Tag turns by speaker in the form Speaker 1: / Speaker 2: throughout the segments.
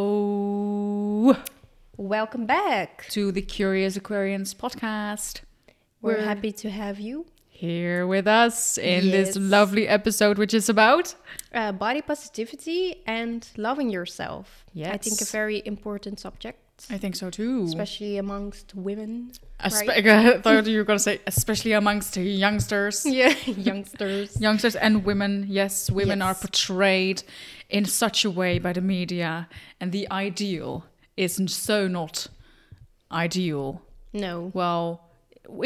Speaker 1: Hello
Speaker 2: Welcome back.
Speaker 1: to the Curious Aquarians podcast.
Speaker 2: We're,
Speaker 1: We're-
Speaker 2: happy to have you.
Speaker 1: Here with us in this
Speaker 2: Yes.
Speaker 1: lovely episode, which is about
Speaker 2: Uh, body positivity and loving yourself. I think a
Speaker 1: Yes.
Speaker 2: very important subject,
Speaker 1: I think so too.
Speaker 2: especially amongst women.
Speaker 1: Espe-
Speaker 2: right?
Speaker 1: I thought you were gonna say especially amongst youngsters,
Speaker 2: Yeah, youngsters.
Speaker 1: youngsters and women. Yes, women are
Speaker 2: Yes.
Speaker 1: portrayed in such a way by the media, and the ideal is n- so not ideal.
Speaker 2: No.
Speaker 1: well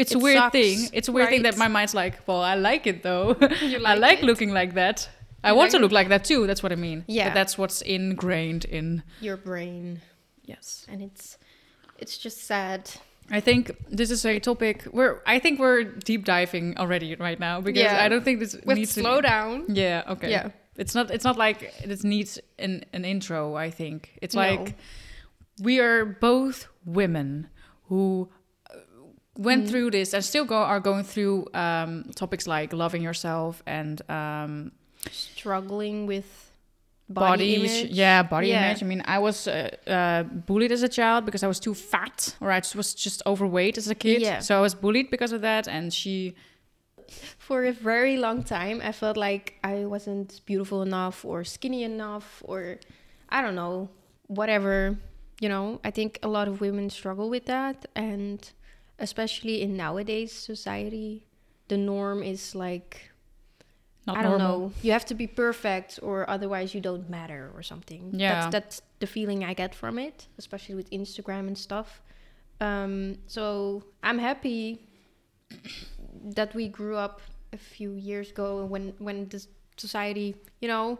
Speaker 1: it's a
Speaker 2: It
Speaker 1: weird
Speaker 2: sucks,
Speaker 1: thing it's a weird thing that
Speaker 2: right?
Speaker 1: my mind's like well i like it though i
Speaker 2: like
Speaker 1: like
Speaker 2: it?
Speaker 1: looking like that i
Speaker 2: You
Speaker 1: want
Speaker 2: like
Speaker 1: to look like that too that's what i mean
Speaker 2: Yeah.
Speaker 1: but that's what's ingrained in
Speaker 2: Your brain.
Speaker 1: yes
Speaker 2: And it's it's just sad.
Speaker 1: i think this is a topic where i think we're deep diving already right now because
Speaker 2: Yeah.
Speaker 1: i don't think this
Speaker 2: With
Speaker 1: needs
Speaker 2: slow
Speaker 1: to
Speaker 2: down.
Speaker 1: yeah okay
Speaker 2: Yeah.
Speaker 1: it's not it's not like it needs an, an intro i think it's
Speaker 2: No.
Speaker 1: like we are both women who uh, went
Speaker 2: Mm.
Speaker 1: through this and still go are going through um, topics like loving yourself and um,
Speaker 2: Struggling with
Speaker 1: body,
Speaker 2: body,
Speaker 1: ish-
Speaker 2: image.
Speaker 1: yeah body
Speaker 2: Yeah.
Speaker 1: image i mean i was uh, uh, bullied as a child because i was too fat or i was just overweight as a kid
Speaker 2: Yeah.
Speaker 1: so i was bullied because of that and she
Speaker 2: For a very long time, I felt like I wasn't beautiful enough or skinny enough or I don't know, whatever. You know, I think a lot of women struggle with that. And especially in nowadays society, the norm is like,
Speaker 1: not
Speaker 2: I don't
Speaker 1: normal.
Speaker 2: know, you have to be perfect or otherwise you don't matter or something.
Speaker 1: Yeah.
Speaker 2: That's, that's the feeling I get from it, especially with Instagram and stuff. Um, so I'm happy that we grew up a few years ago when when the society, you know,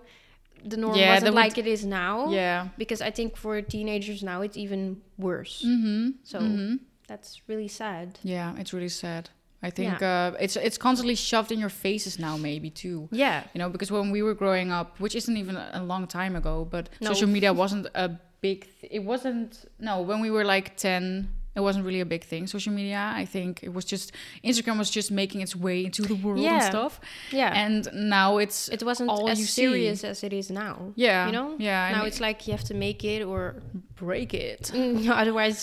Speaker 2: the norm
Speaker 1: Yeah, that
Speaker 2: wasn't
Speaker 1: would-
Speaker 2: like it is now.
Speaker 1: yeah
Speaker 2: Because I think for teenagers now it's even worse.
Speaker 1: mm-hmm
Speaker 2: So that's really sad.
Speaker 1: yeah it's really sad i think uh, it's it's constantly shoved in your faces now maybe too
Speaker 2: Yeah.
Speaker 1: You know, because when we were growing up, which isn't even a long time ago, but
Speaker 2: No.
Speaker 1: social media wasn't a big. Th- it wasn't no. When we were like ten, it wasn't really a big thing. Social media, I think it was just Instagram was just making its way into the world and
Speaker 2: Yeah.
Speaker 1: stuff.
Speaker 2: Yeah.
Speaker 1: And now it's
Speaker 2: it wasn't
Speaker 1: all
Speaker 2: as
Speaker 1: you see.
Speaker 2: serious as it is now.
Speaker 1: yeah,
Speaker 2: You know?
Speaker 1: yeah.
Speaker 2: now
Speaker 1: and
Speaker 2: it's like you have to make it or
Speaker 1: break it.
Speaker 2: Mm, otherwise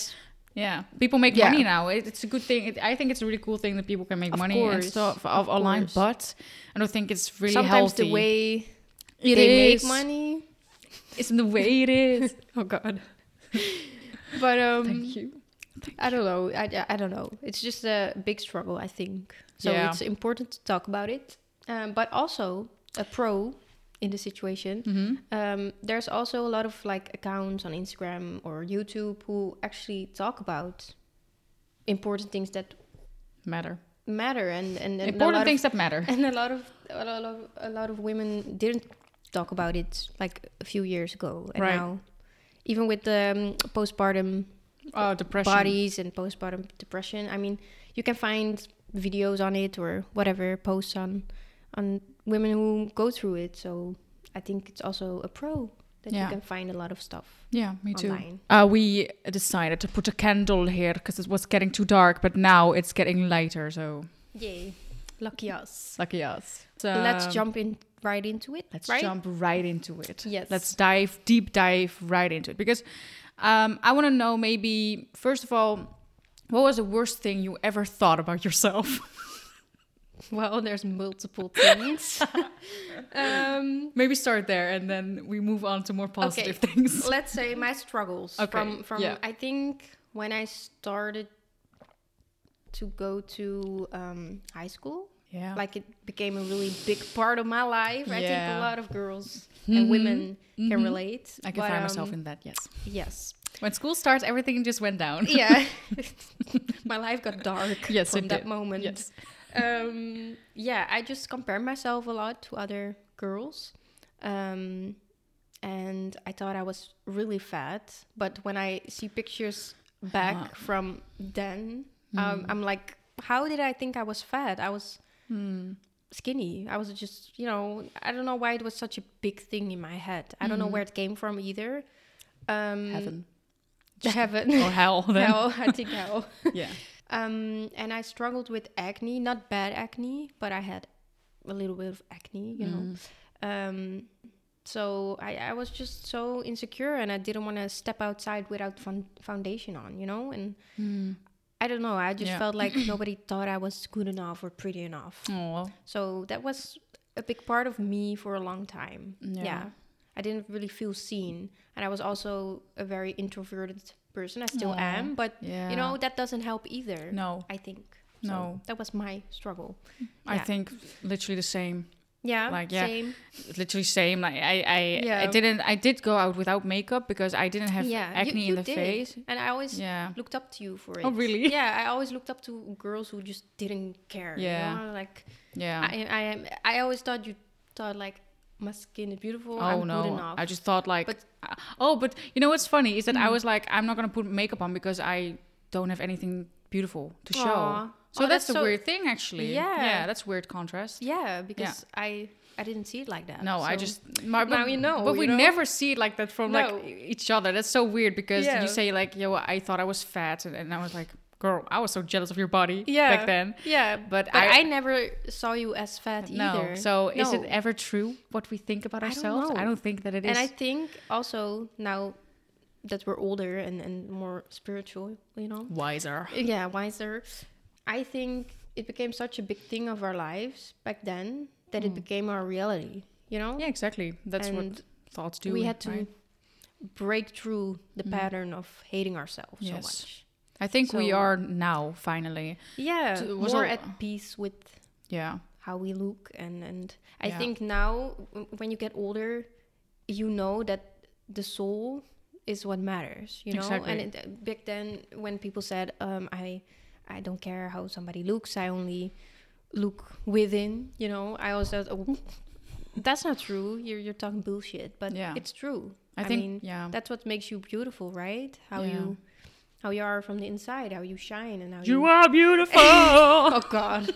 Speaker 1: Yeah, people make
Speaker 2: Yeah.
Speaker 1: money now. It, it's a good thing. It, I think it's a really cool thing that people can make
Speaker 2: Of
Speaker 1: money and
Speaker 2: course,
Speaker 1: stuff of
Speaker 2: of
Speaker 1: online.
Speaker 2: course.
Speaker 1: But I don't think it's really
Speaker 2: sometimes
Speaker 1: healthy.
Speaker 2: the way
Speaker 1: It
Speaker 2: they
Speaker 1: is.
Speaker 2: make money.
Speaker 1: it's the way it is. oh God,
Speaker 2: But um
Speaker 1: thank you.
Speaker 2: I don't know. I, I- I don't know. It's just a big struggle, I think. So
Speaker 1: Yeah.
Speaker 2: it's important to talk about it. Um, but also, a pro in the situation,
Speaker 1: Mm-hmm.
Speaker 2: um, there's also a lot of like accounts on Instagram or YouTube who actually talk about important things that
Speaker 1: matter.
Speaker 2: matter and and, and a
Speaker 1: Important
Speaker 2: lot
Speaker 1: things that matter.
Speaker 2: of, and a lot of a lot of a lot of women didn't talk about it like a few years ago and
Speaker 1: Right.
Speaker 2: now even with the um, postpartum
Speaker 1: Oh, depression.
Speaker 2: bodies and postpartum depression. I mean, you can find videos on it or whatever posts on on women who go through it. So I think it's also a pro that
Speaker 1: Yeah.
Speaker 2: you can find a lot of stuff
Speaker 1: Yeah, me too.
Speaker 2: online.
Speaker 1: Uh, we decided to put a candle here because it was getting too dark, but now it's getting lighter, so
Speaker 2: Yay, lucky us.
Speaker 1: lucky us. So
Speaker 2: let's jump in right into it.
Speaker 1: Um, Let's
Speaker 2: right?
Speaker 1: jump right into it.
Speaker 2: Yes.
Speaker 1: Let's dive deep dive right into it because um, I want to know maybe first of all, what was the worst thing you ever thought about yourself?
Speaker 2: Well, there's multiple things. um,
Speaker 1: maybe start there and then we move on to more positive things.
Speaker 2: let's say my struggles
Speaker 1: Okay,
Speaker 2: from from
Speaker 1: yeah.
Speaker 2: I think when I started to go to um, high school,
Speaker 1: Yeah.
Speaker 2: like it became a really big part of my life. I think
Speaker 1: Yeah. Mm-hmm.
Speaker 2: a lot of girls and women can relate.
Speaker 1: I can
Speaker 2: but,
Speaker 1: find myself
Speaker 2: um,
Speaker 1: in that. Yes.
Speaker 2: yes,
Speaker 1: When school starts, everything just went down.
Speaker 2: yeah. my life got dark
Speaker 1: Yes,
Speaker 2: from
Speaker 1: it
Speaker 2: that
Speaker 1: did.
Speaker 2: moment.
Speaker 1: Yes.
Speaker 2: um, yeah, I just compare myself a lot to other girls. Um, and I thought I was really fat. But when I see pictures back
Speaker 1: Ah.
Speaker 2: from then,
Speaker 1: Hmm.
Speaker 2: um, I'm like, how did I think I was fat? I was
Speaker 1: Hmm.
Speaker 2: skinny. I was just, you know, I don't know why it was such a big thing in my head. I don't know where it came from either. Um,
Speaker 1: Hmm. Heaven
Speaker 2: Heaven.
Speaker 1: Mm. or hell. Then.
Speaker 2: hell. I think hell.
Speaker 1: Yeah.
Speaker 2: Um, and I struggled with acne, not
Speaker 1: Mm.
Speaker 2: bad acne, but I had a little bit of acne, you know. Um, So I, I was just so insecure and I didn't want to step outside without fun- foundation on, you know? And
Speaker 1: Mm.
Speaker 2: I don't know. I just
Speaker 1: Yeah.
Speaker 2: felt like nobody thought I was good enough or pretty enough.
Speaker 1: Oh,
Speaker 2: So that was a big part of me for a long time.
Speaker 1: Yeah.
Speaker 2: Yeah. I didn't really feel seen. And I was also a very introverted person. I still
Speaker 1: Aw,
Speaker 2: am. But,
Speaker 1: yeah.
Speaker 2: you know, that doesn't help either.
Speaker 1: no,
Speaker 2: I think.
Speaker 1: No.
Speaker 2: That was my struggle.
Speaker 1: I
Speaker 2: Yeah.
Speaker 1: think literally the same.
Speaker 2: Yeah.
Speaker 1: Like,
Speaker 2: Like,
Speaker 1: yeah.
Speaker 2: Same.
Speaker 1: Literally same. Like I, I, I
Speaker 2: Yeah.
Speaker 1: didn't. I did go out without makeup because I didn't have
Speaker 2: yeah. you-
Speaker 1: acne
Speaker 2: you
Speaker 1: in the
Speaker 2: did.
Speaker 1: face.
Speaker 2: And I always
Speaker 1: Yeah.
Speaker 2: looked up to you for it.
Speaker 1: Oh, really?
Speaker 2: Yeah. I always looked up to girls who just didn't care. you
Speaker 1: Yeah.
Speaker 2: know? Like,
Speaker 1: Yeah.
Speaker 2: I, I, am, I always thought you thought, like, my skin is beautiful.
Speaker 1: oh
Speaker 2: I'm
Speaker 1: no.
Speaker 2: good enough.
Speaker 1: I just thought like,
Speaker 2: But- Mm.
Speaker 1: uh, oh, but you know what's funny is that I was like, I'm not gonna put makeup on because I don't have anything beautiful to show.
Speaker 2: Aw.
Speaker 1: So
Speaker 2: Oh,
Speaker 1: that's,
Speaker 2: that's
Speaker 1: a
Speaker 2: so-
Speaker 1: weird thing, actually.
Speaker 2: Yeah.
Speaker 1: Yeah, that's weird contrast.
Speaker 2: Yeah, because I I didn't see it like that.
Speaker 1: No, I
Speaker 2: so-
Speaker 1: just my,
Speaker 2: Now you know,
Speaker 1: But
Speaker 2: you
Speaker 1: we
Speaker 2: know?
Speaker 1: never see it like that from
Speaker 2: No.
Speaker 1: like e-, each other. That's so weird because
Speaker 2: Yeah.
Speaker 1: you say like, "Yo, I thought I was fat," and, and I was like, "Girl, I was so jealous of your body
Speaker 2: yeah
Speaker 1: back then."
Speaker 2: Yeah,
Speaker 1: But
Speaker 2: but,
Speaker 1: I-
Speaker 2: I, never saw you as fat
Speaker 1: No.
Speaker 2: either.
Speaker 1: So is it
Speaker 2: No.
Speaker 1: ever true what we think about
Speaker 2: I don't
Speaker 1: ourselves? I
Speaker 2: know.
Speaker 1: don't think that it is.
Speaker 2: and I think also now that we're older and and more spiritual, you know,
Speaker 1: wiser.
Speaker 2: yeah, wiser. I think it became such a big thing of our lives back then that it became our reality. You know,
Speaker 1: Mm. Yeah, exactly. That's what
Speaker 2: And
Speaker 1: thoughts do.
Speaker 2: we had to
Speaker 1: right? Mm.
Speaker 2: break through the pattern of hating ourselves
Speaker 1: Yes.
Speaker 2: so much.
Speaker 1: I think we
Speaker 2: so-
Speaker 1: are now finally.
Speaker 2: Yeah,
Speaker 1: So it was
Speaker 2: more
Speaker 1: all-
Speaker 2: at peace with
Speaker 1: Yeah.
Speaker 2: how we look and and i
Speaker 1: Yeah.
Speaker 2: think now w- when you get older you know that the soul is what matters you know
Speaker 1: Exactly.
Speaker 2: and it, back then when people said um i i don't care how somebody looks i only look within you know i always thought oh, that's not true you're you're talking bullshit but
Speaker 1: Yeah.
Speaker 2: it's true
Speaker 1: I, think.
Speaker 2: mean
Speaker 1: yeah.
Speaker 2: that's what makes you beautiful right how
Speaker 1: Yeah.
Speaker 2: you how you are from the inside how you shine and how
Speaker 1: You are beautiful.
Speaker 2: oh god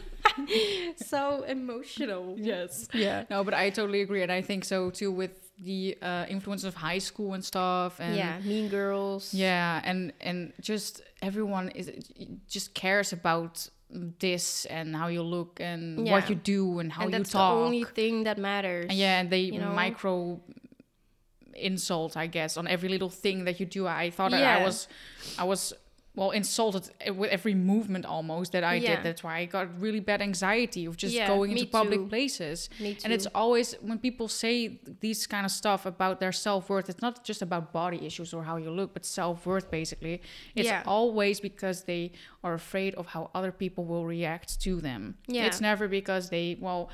Speaker 2: so emotional
Speaker 1: yes.
Speaker 2: yeah
Speaker 1: No, but I totally agree, and I think so too with the uh, influence of high school and stuff, and
Speaker 2: yeah mean girls
Speaker 1: yeah, and and just everyone is just cares about this and how you look and what
Speaker 2: Yeah.
Speaker 1: you do and how
Speaker 2: and
Speaker 1: you
Speaker 2: that's
Speaker 1: talk.
Speaker 2: the only thing that matters
Speaker 1: and yeah, and they
Speaker 2: you know?
Speaker 1: micro insult, I guess, on every little thing that you do. I thought that I
Speaker 2: Yeah.
Speaker 1: was, I was. Well, insulted with every movement almost that I
Speaker 2: Yeah.
Speaker 1: did. That's why I got really bad anxiety of just
Speaker 2: Yeah,
Speaker 1: going
Speaker 2: me
Speaker 1: into public
Speaker 2: too.
Speaker 1: places.
Speaker 2: me too
Speaker 1: And it's always when people say these kind of stuff about their self worth, it's not just about body issues or how you look, but self worth basically. It's
Speaker 2: Yeah.
Speaker 1: always because they are afraid of how other people will react to them.
Speaker 2: Yeah.
Speaker 1: It's never because they, well,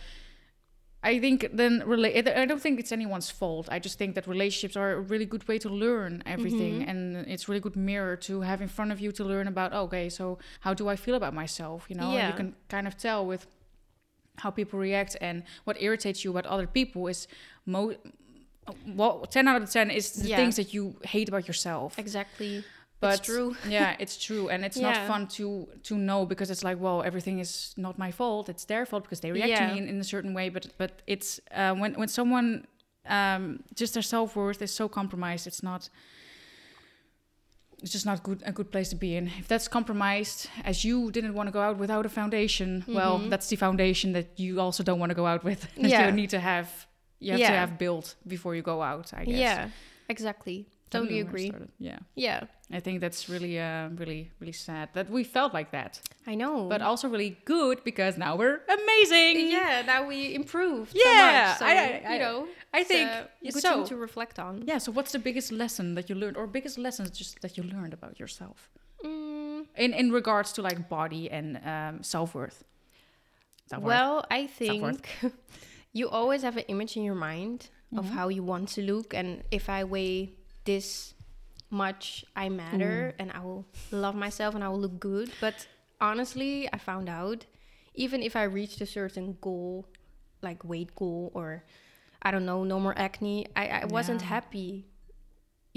Speaker 1: I think then, rela- I I don't think it's anyone's fault. I just think that relationships are a really good way to learn everything.
Speaker 2: Mm-hmm.
Speaker 1: And it's really good mirror to have in front of you to learn about, "Oh, okay, so how do I feel about myself? You know, and
Speaker 2: Yeah.
Speaker 1: you can kind of tell with how people react and what irritates you about other people is mo well 10 out of 10 is the
Speaker 2: Yeah.
Speaker 1: things that you hate about yourself
Speaker 2: exactly
Speaker 1: but
Speaker 2: it's true
Speaker 1: yeah it's true and it's not
Speaker 2: Yeah.
Speaker 1: fun to to know because it's like well everything is not my fault it's their fault because they react to
Speaker 2: Yeah.
Speaker 1: me in, in a certain way but but it's uh, when when someone um just their self-worth is so compromised it's not it's just not good a good place to be in if that's compromised as you didn't want to go out without a foundation well
Speaker 2: Mhm.
Speaker 1: that's the foundation that you also don't want to go out with that
Speaker 2: Yeah.
Speaker 1: you need to have you have to
Speaker 2: Yeah.
Speaker 1: have built before you go out i guess
Speaker 2: yeah exactly
Speaker 1: I don't
Speaker 2: totally
Speaker 1: know where I
Speaker 2: agree
Speaker 1: started. yeah
Speaker 2: yeah
Speaker 1: I think that's really, uh, really, really sad that we felt like that,
Speaker 2: i know
Speaker 1: but also really good because now we're amazing.
Speaker 2: yeah that we improved
Speaker 1: Yeah,
Speaker 2: so much, so,
Speaker 1: I- I- I-
Speaker 2: you know
Speaker 1: I
Speaker 2: it's
Speaker 1: think-
Speaker 2: a
Speaker 1: yeah,
Speaker 2: good
Speaker 1: so-
Speaker 2: thing to reflect on
Speaker 1: Yeah. So, what's the biggest lesson that you learned, or biggest lessons just that you learned about yourself
Speaker 2: Mm,
Speaker 1: in in regards to like body and um, self worth?
Speaker 2: well i
Speaker 1: Self-worth.
Speaker 2: think you always have an image in your mind of how you want to look and if i weigh this much i matter and i will love myself and i will look good but honestly i found out even if i reached a certain goal like weight goal or i don't know no more acne i, I wasn't
Speaker 1: Yeah.
Speaker 2: happy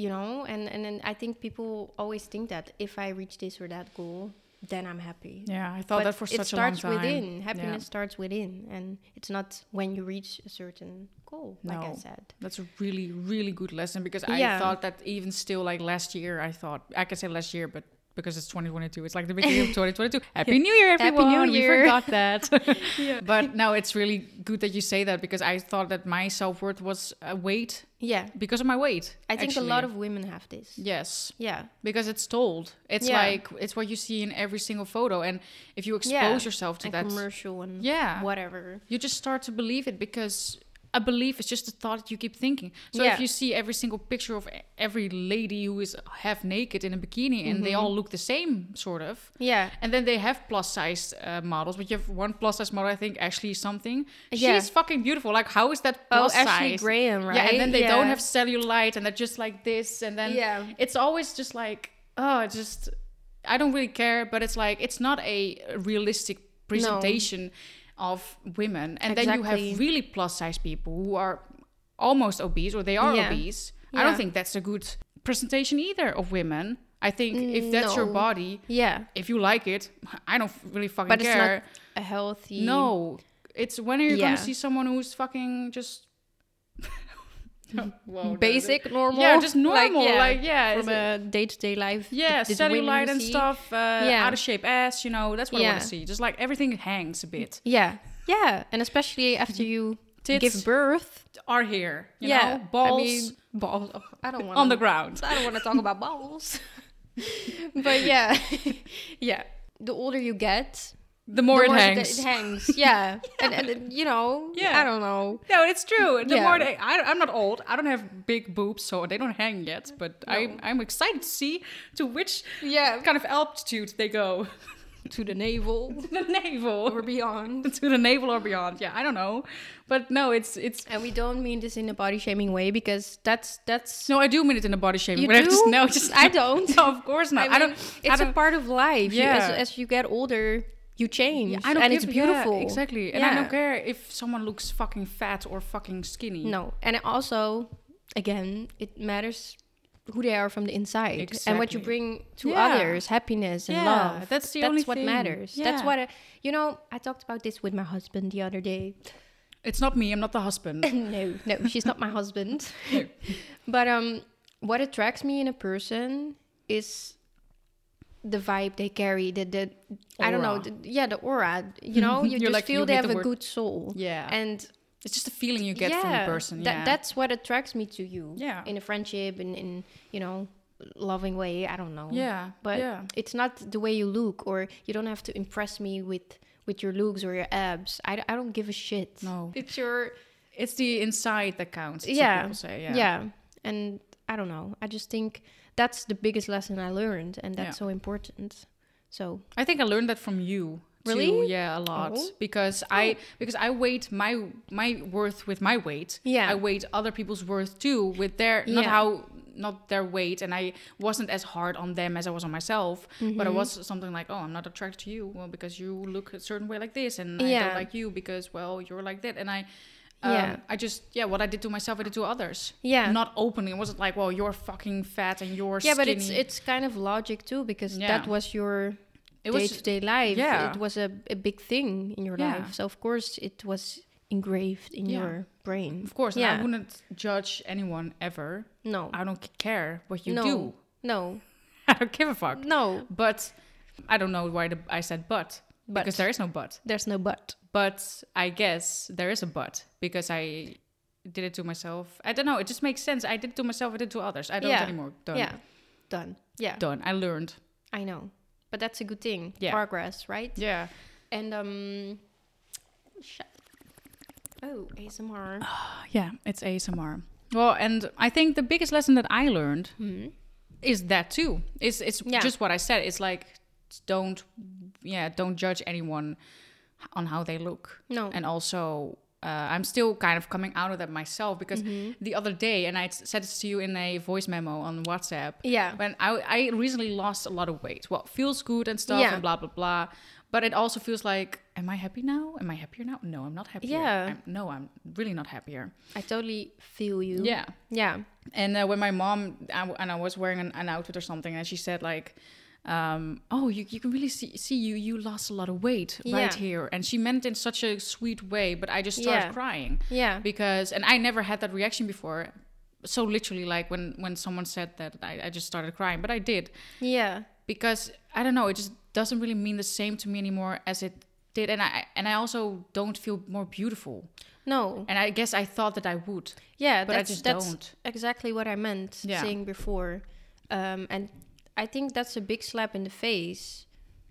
Speaker 2: you know and, and and i think people always think that if i reach this or that goal then i'm happy
Speaker 1: yeah, I thought
Speaker 2: but
Speaker 1: that for such a long time.
Speaker 2: It starts within.
Speaker 1: Yeah.
Speaker 2: Happiness starts within, and it's not when you reach a certain goal, like I
Speaker 1: No.
Speaker 2: said.
Speaker 1: That's a really, really good lesson because I
Speaker 2: Yeah.
Speaker 1: thought that even still, like last year, I thought I can say last year, but because it's 2022. It's like the beginning of 2022. Happy New Year, everyone!
Speaker 2: New
Speaker 1: We
Speaker 2: Year.
Speaker 1: forgot that. But no, it's really good that you say that because I thought that my self worth was uh, weight
Speaker 2: Yeah.
Speaker 1: because of my weight.
Speaker 2: I think a lot
Speaker 1: actually.
Speaker 2: of women have this.
Speaker 1: yes,
Speaker 2: Yeah.
Speaker 1: because it's told. It's
Speaker 2: Yeah.
Speaker 1: like it's what you see in every single photo, and if you expose
Speaker 2: Yeah.
Speaker 1: yourself to
Speaker 2: And
Speaker 1: that,
Speaker 2: commercial and
Speaker 1: yeah,
Speaker 2: whatever.
Speaker 1: you just start to believe it because a belief is just a thought that you keep thinking. So
Speaker 2: Yeah.
Speaker 1: if you see every single picture of e- every lady who is half naked in a bikini and
Speaker 2: Mm-hmm.
Speaker 1: they all look the same, sort of.
Speaker 2: Yeah.
Speaker 1: And then they have plus size uh, models, but you have one plus size model, I think Ashley something.
Speaker 2: Yeah.
Speaker 1: She's fucking beautiful. Like, how is that
Speaker 2: Oh,
Speaker 1: plus
Speaker 2: Ashley
Speaker 1: size?
Speaker 2: Graham, right?
Speaker 1: Yeah, and then they
Speaker 2: Yeah.
Speaker 1: don't have cellulite, and they're just like this, and then
Speaker 2: Yeah.
Speaker 1: it's always just like, oh, it's just I don't really care, but it's like it's not a realistic presentation of women, and then you
Speaker 2: Exactly.
Speaker 1: have really plus size people who are almost obese or they are
Speaker 2: Yeah.
Speaker 1: obese. I don't
Speaker 2: Yeah.
Speaker 1: think that's a good presentation either of women. I think if that's your
Speaker 2: Mm, No.
Speaker 1: body,
Speaker 2: Yeah.
Speaker 1: if you like it, I don't really fucking
Speaker 2: But it's
Speaker 1: care.
Speaker 2: not a healthy.
Speaker 1: no, it's when are you
Speaker 2: Yeah.
Speaker 1: gonna see someone who's fucking just Wow, that-
Speaker 2: Basic, normal.
Speaker 1: Yeah, just normal. Like yeah,
Speaker 2: From
Speaker 1: it's-
Speaker 2: a day to day life.
Speaker 1: yeah,
Speaker 2: th- this
Speaker 1: cellulite
Speaker 2: women
Speaker 1: and
Speaker 2: see.
Speaker 1: stuff. Uh,
Speaker 2: Yeah.
Speaker 1: out of shape ass. You know, that's what I want
Speaker 2: Yeah.
Speaker 1: to see. Just like everything hangs a bit.
Speaker 2: Yeah. Yeah. And especially after you
Speaker 1: Tits.
Speaker 2: give birth.
Speaker 1: Are here, you
Speaker 2: yeah.
Speaker 1: know, balls
Speaker 2: I mean, balls. Oh, I don't want
Speaker 1: on the ground.
Speaker 2: I don't want to talk about balls. but yeah. yeah. The older you get,
Speaker 1: The more
Speaker 2: the
Speaker 1: it
Speaker 2: more that
Speaker 1: hangs.
Speaker 2: It hangs. Yeah. And, and it- you know,
Speaker 1: Yeah.
Speaker 2: I don't know.
Speaker 1: no, it's true. The
Speaker 2: Yeah.
Speaker 1: more they, I, I'm not old. I don't have big boobs, so they don't hang yet. But I'm I'm excited to see to which
Speaker 2: Yeah.
Speaker 1: kind of altitude they go.
Speaker 2: To the navel
Speaker 1: to the navel,
Speaker 2: or beyond.
Speaker 1: to the navel or beyond. Yeah, I don't know, but no, it's it's.
Speaker 2: And we don't mean this in a body shaming way because that's that's
Speaker 1: No, I do mean it in a body shaming.
Speaker 2: You
Speaker 1: but I just
Speaker 2: do?
Speaker 1: no, just
Speaker 2: I don't.
Speaker 1: No, of course not. I,
Speaker 2: mean,
Speaker 1: don't.
Speaker 2: It's
Speaker 1: I don't,
Speaker 2: a part of life. You-
Speaker 1: Yeah.
Speaker 2: as, as you get older, you change.
Speaker 1: I don't
Speaker 2: and
Speaker 1: give-
Speaker 2: it's beautiful.
Speaker 1: yeah, exactly. And I
Speaker 2: Yeah.
Speaker 1: don't care if someone looks fucking fat or fucking skinny.
Speaker 2: No, and it also, again, it matters who they are from the inside and what
Speaker 1: Exactly.
Speaker 2: you bring to
Speaker 1: Yeah.
Speaker 2: others, happiness and
Speaker 1: Yeah,
Speaker 2: love.
Speaker 1: that's the only
Speaker 2: what
Speaker 1: thing.
Speaker 2: matters. That's
Speaker 1: Yeah.
Speaker 2: what I, you know. I talked about this with my husband the other day.
Speaker 1: It's not me. I'm not the husband.
Speaker 2: no, no, she's not my husband. but um, what attracts me in a person is the vibe they carry. The, the I don't know.
Speaker 1: Aura.
Speaker 2: the- yeah, the aura. You know, you
Speaker 1: You're
Speaker 2: just
Speaker 1: like-
Speaker 2: feel
Speaker 1: you
Speaker 2: they
Speaker 1: hit
Speaker 2: have
Speaker 1: the
Speaker 2: a
Speaker 1: word-
Speaker 2: good soul.
Speaker 1: Yeah.
Speaker 2: and
Speaker 1: it's just a feeling you get from a person.
Speaker 2: that-
Speaker 1: yeah.
Speaker 2: that's what attracts me to you.
Speaker 1: Yeah.
Speaker 2: in a friendship, in in you know, loving way. I don't know.
Speaker 1: Yeah,
Speaker 2: but
Speaker 1: yeah.
Speaker 2: it's not the way you look, or you don't have to impress me with with your looks or your abs. I, I don't give a shit.
Speaker 1: No.
Speaker 2: it's your
Speaker 1: it's the inside that counts. It's what
Speaker 2: yeah
Speaker 1: people say, Yeah.
Speaker 2: and I don't know. I just think that's the biggest lesson I learned, and that's
Speaker 1: Yeah.
Speaker 2: so important. So
Speaker 1: I think I learned that from you. too.
Speaker 2: Really?
Speaker 1: Yeah, a lot
Speaker 2: Oh.
Speaker 1: because I because I weight my my worth with my weight.
Speaker 2: Yeah.
Speaker 1: I weight other people's worth too with their not
Speaker 2: Yeah.
Speaker 1: how not their weight, and I wasn't as hard on them as I was on myself.
Speaker 2: Mm-hmm.
Speaker 1: But I was something like, oh, I'm not attracted to you well because you look a certain way like this, and I
Speaker 2: Yeah.
Speaker 1: don't like you because well you're like that, and I. Um,
Speaker 2: Yeah.
Speaker 1: I just yeah, what I did to myself, I did to others.
Speaker 2: Yeah.
Speaker 1: not openly. It wasn't like, well, you're fucking fat and you're
Speaker 2: yeah, but
Speaker 1: skinny.
Speaker 2: it's it's kind of logic too because
Speaker 1: Yeah.
Speaker 2: that was your
Speaker 1: It
Speaker 2: day
Speaker 1: was-
Speaker 2: to day life.
Speaker 1: yeah.
Speaker 2: it was a, a big thing in your
Speaker 1: Yeah.
Speaker 2: life, so of course it was engraved in
Speaker 1: Yeah.
Speaker 2: your brain.
Speaker 1: of course, and
Speaker 2: yeah,
Speaker 1: I wouldn't judge anyone ever.
Speaker 2: no,
Speaker 1: I don't c- care what you
Speaker 2: no,
Speaker 1: do.
Speaker 2: no,
Speaker 1: I don't give a fuck.
Speaker 2: no.
Speaker 1: But I don't know why the, I said but,
Speaker 2: But.
Speaker 1: because there is no but.
Speaker 2: There's no but.
Speaker 1: But I guess there is a but because I did it to myself. I don't know. It just makes sense. I did it to myself. I did it to others. I don't
Speaker 2: Yeah.
Speaker 1: anymore. Done.
Speaker 2: Yeah, done. Yeah,
Speaker 1: Done. I learned.
Speaker 2: I know, but that's a good thing.
Speaker 1: Yeah.
Speaker 2: Progress, right?
Speaker 1: Yeah.
Speaker 2: And um, sh- oh ASMR.
Speaker 1: Yeah. It's ASMR. Well, and I think the biggest lesson that I learned is that too. It's it's
Speaker 2: Yeah.
Speaker 1: just what I said. It's like don't yeah don't judge anyone on how they look.
Speaker 2: No.
Speaker 1: and also uh, I'm still kind of coming out of that myself because
Speaker 2: Mm-hmm.
Speaker 1: the other day, and I s- said this to you in a voice memo on WhatsApp.
Speaker 2: Yeah.
Speaker 1: When I, I recently lost a lot of weight. Well, feels good and stuff
Speaker 2: Yeah.
Speaker 1: and blah, blah, blah. But it also feels like, am I happy now? Am I happier now? No, I'm not happier.
Speaker 2: Yeah.
Speaker 1: I'm, no, I'm really not happier.
Speaker 2: I totally feel you.
Speaker 1: Yeah.
Speaker 2: Yeah.
Speaker 1: And uh, when my mom I w- and I was wearing an, an outfit or something, and she said like, um, "Oh, you, you can really see see you you lost a lot of weight right
Speaker 2: Yeah.
Speaker 1: here," and she meant in such a sweet way, but I just started
Speaker 2: Yeah.
Speaker 1: crying
Speaker 2: Yeah.
Speaker 1: because and I never had that reaction before. So literally, like when when someone said that, I, I just started crying, but I did,
Speaker 2: Yeah.
Speaker 1: because I don't know, it just doesn't really mean the same to me anymore as it did, and I and I also don't feel more beautiful.
Speaker 2: No.
Speaker 1: And I guess I thought that I would,
Speaker 2: Yeah,
Speaker 1: but I
Speaker 2: that's,
Speaker 1: just
Speaker 2: that's
Speaker 1: don't.
Speaker 2: exactly what I meant
Speaker 1: Yeah.
Speaker 2: saying before. Um, and I think that's a big slap in the face.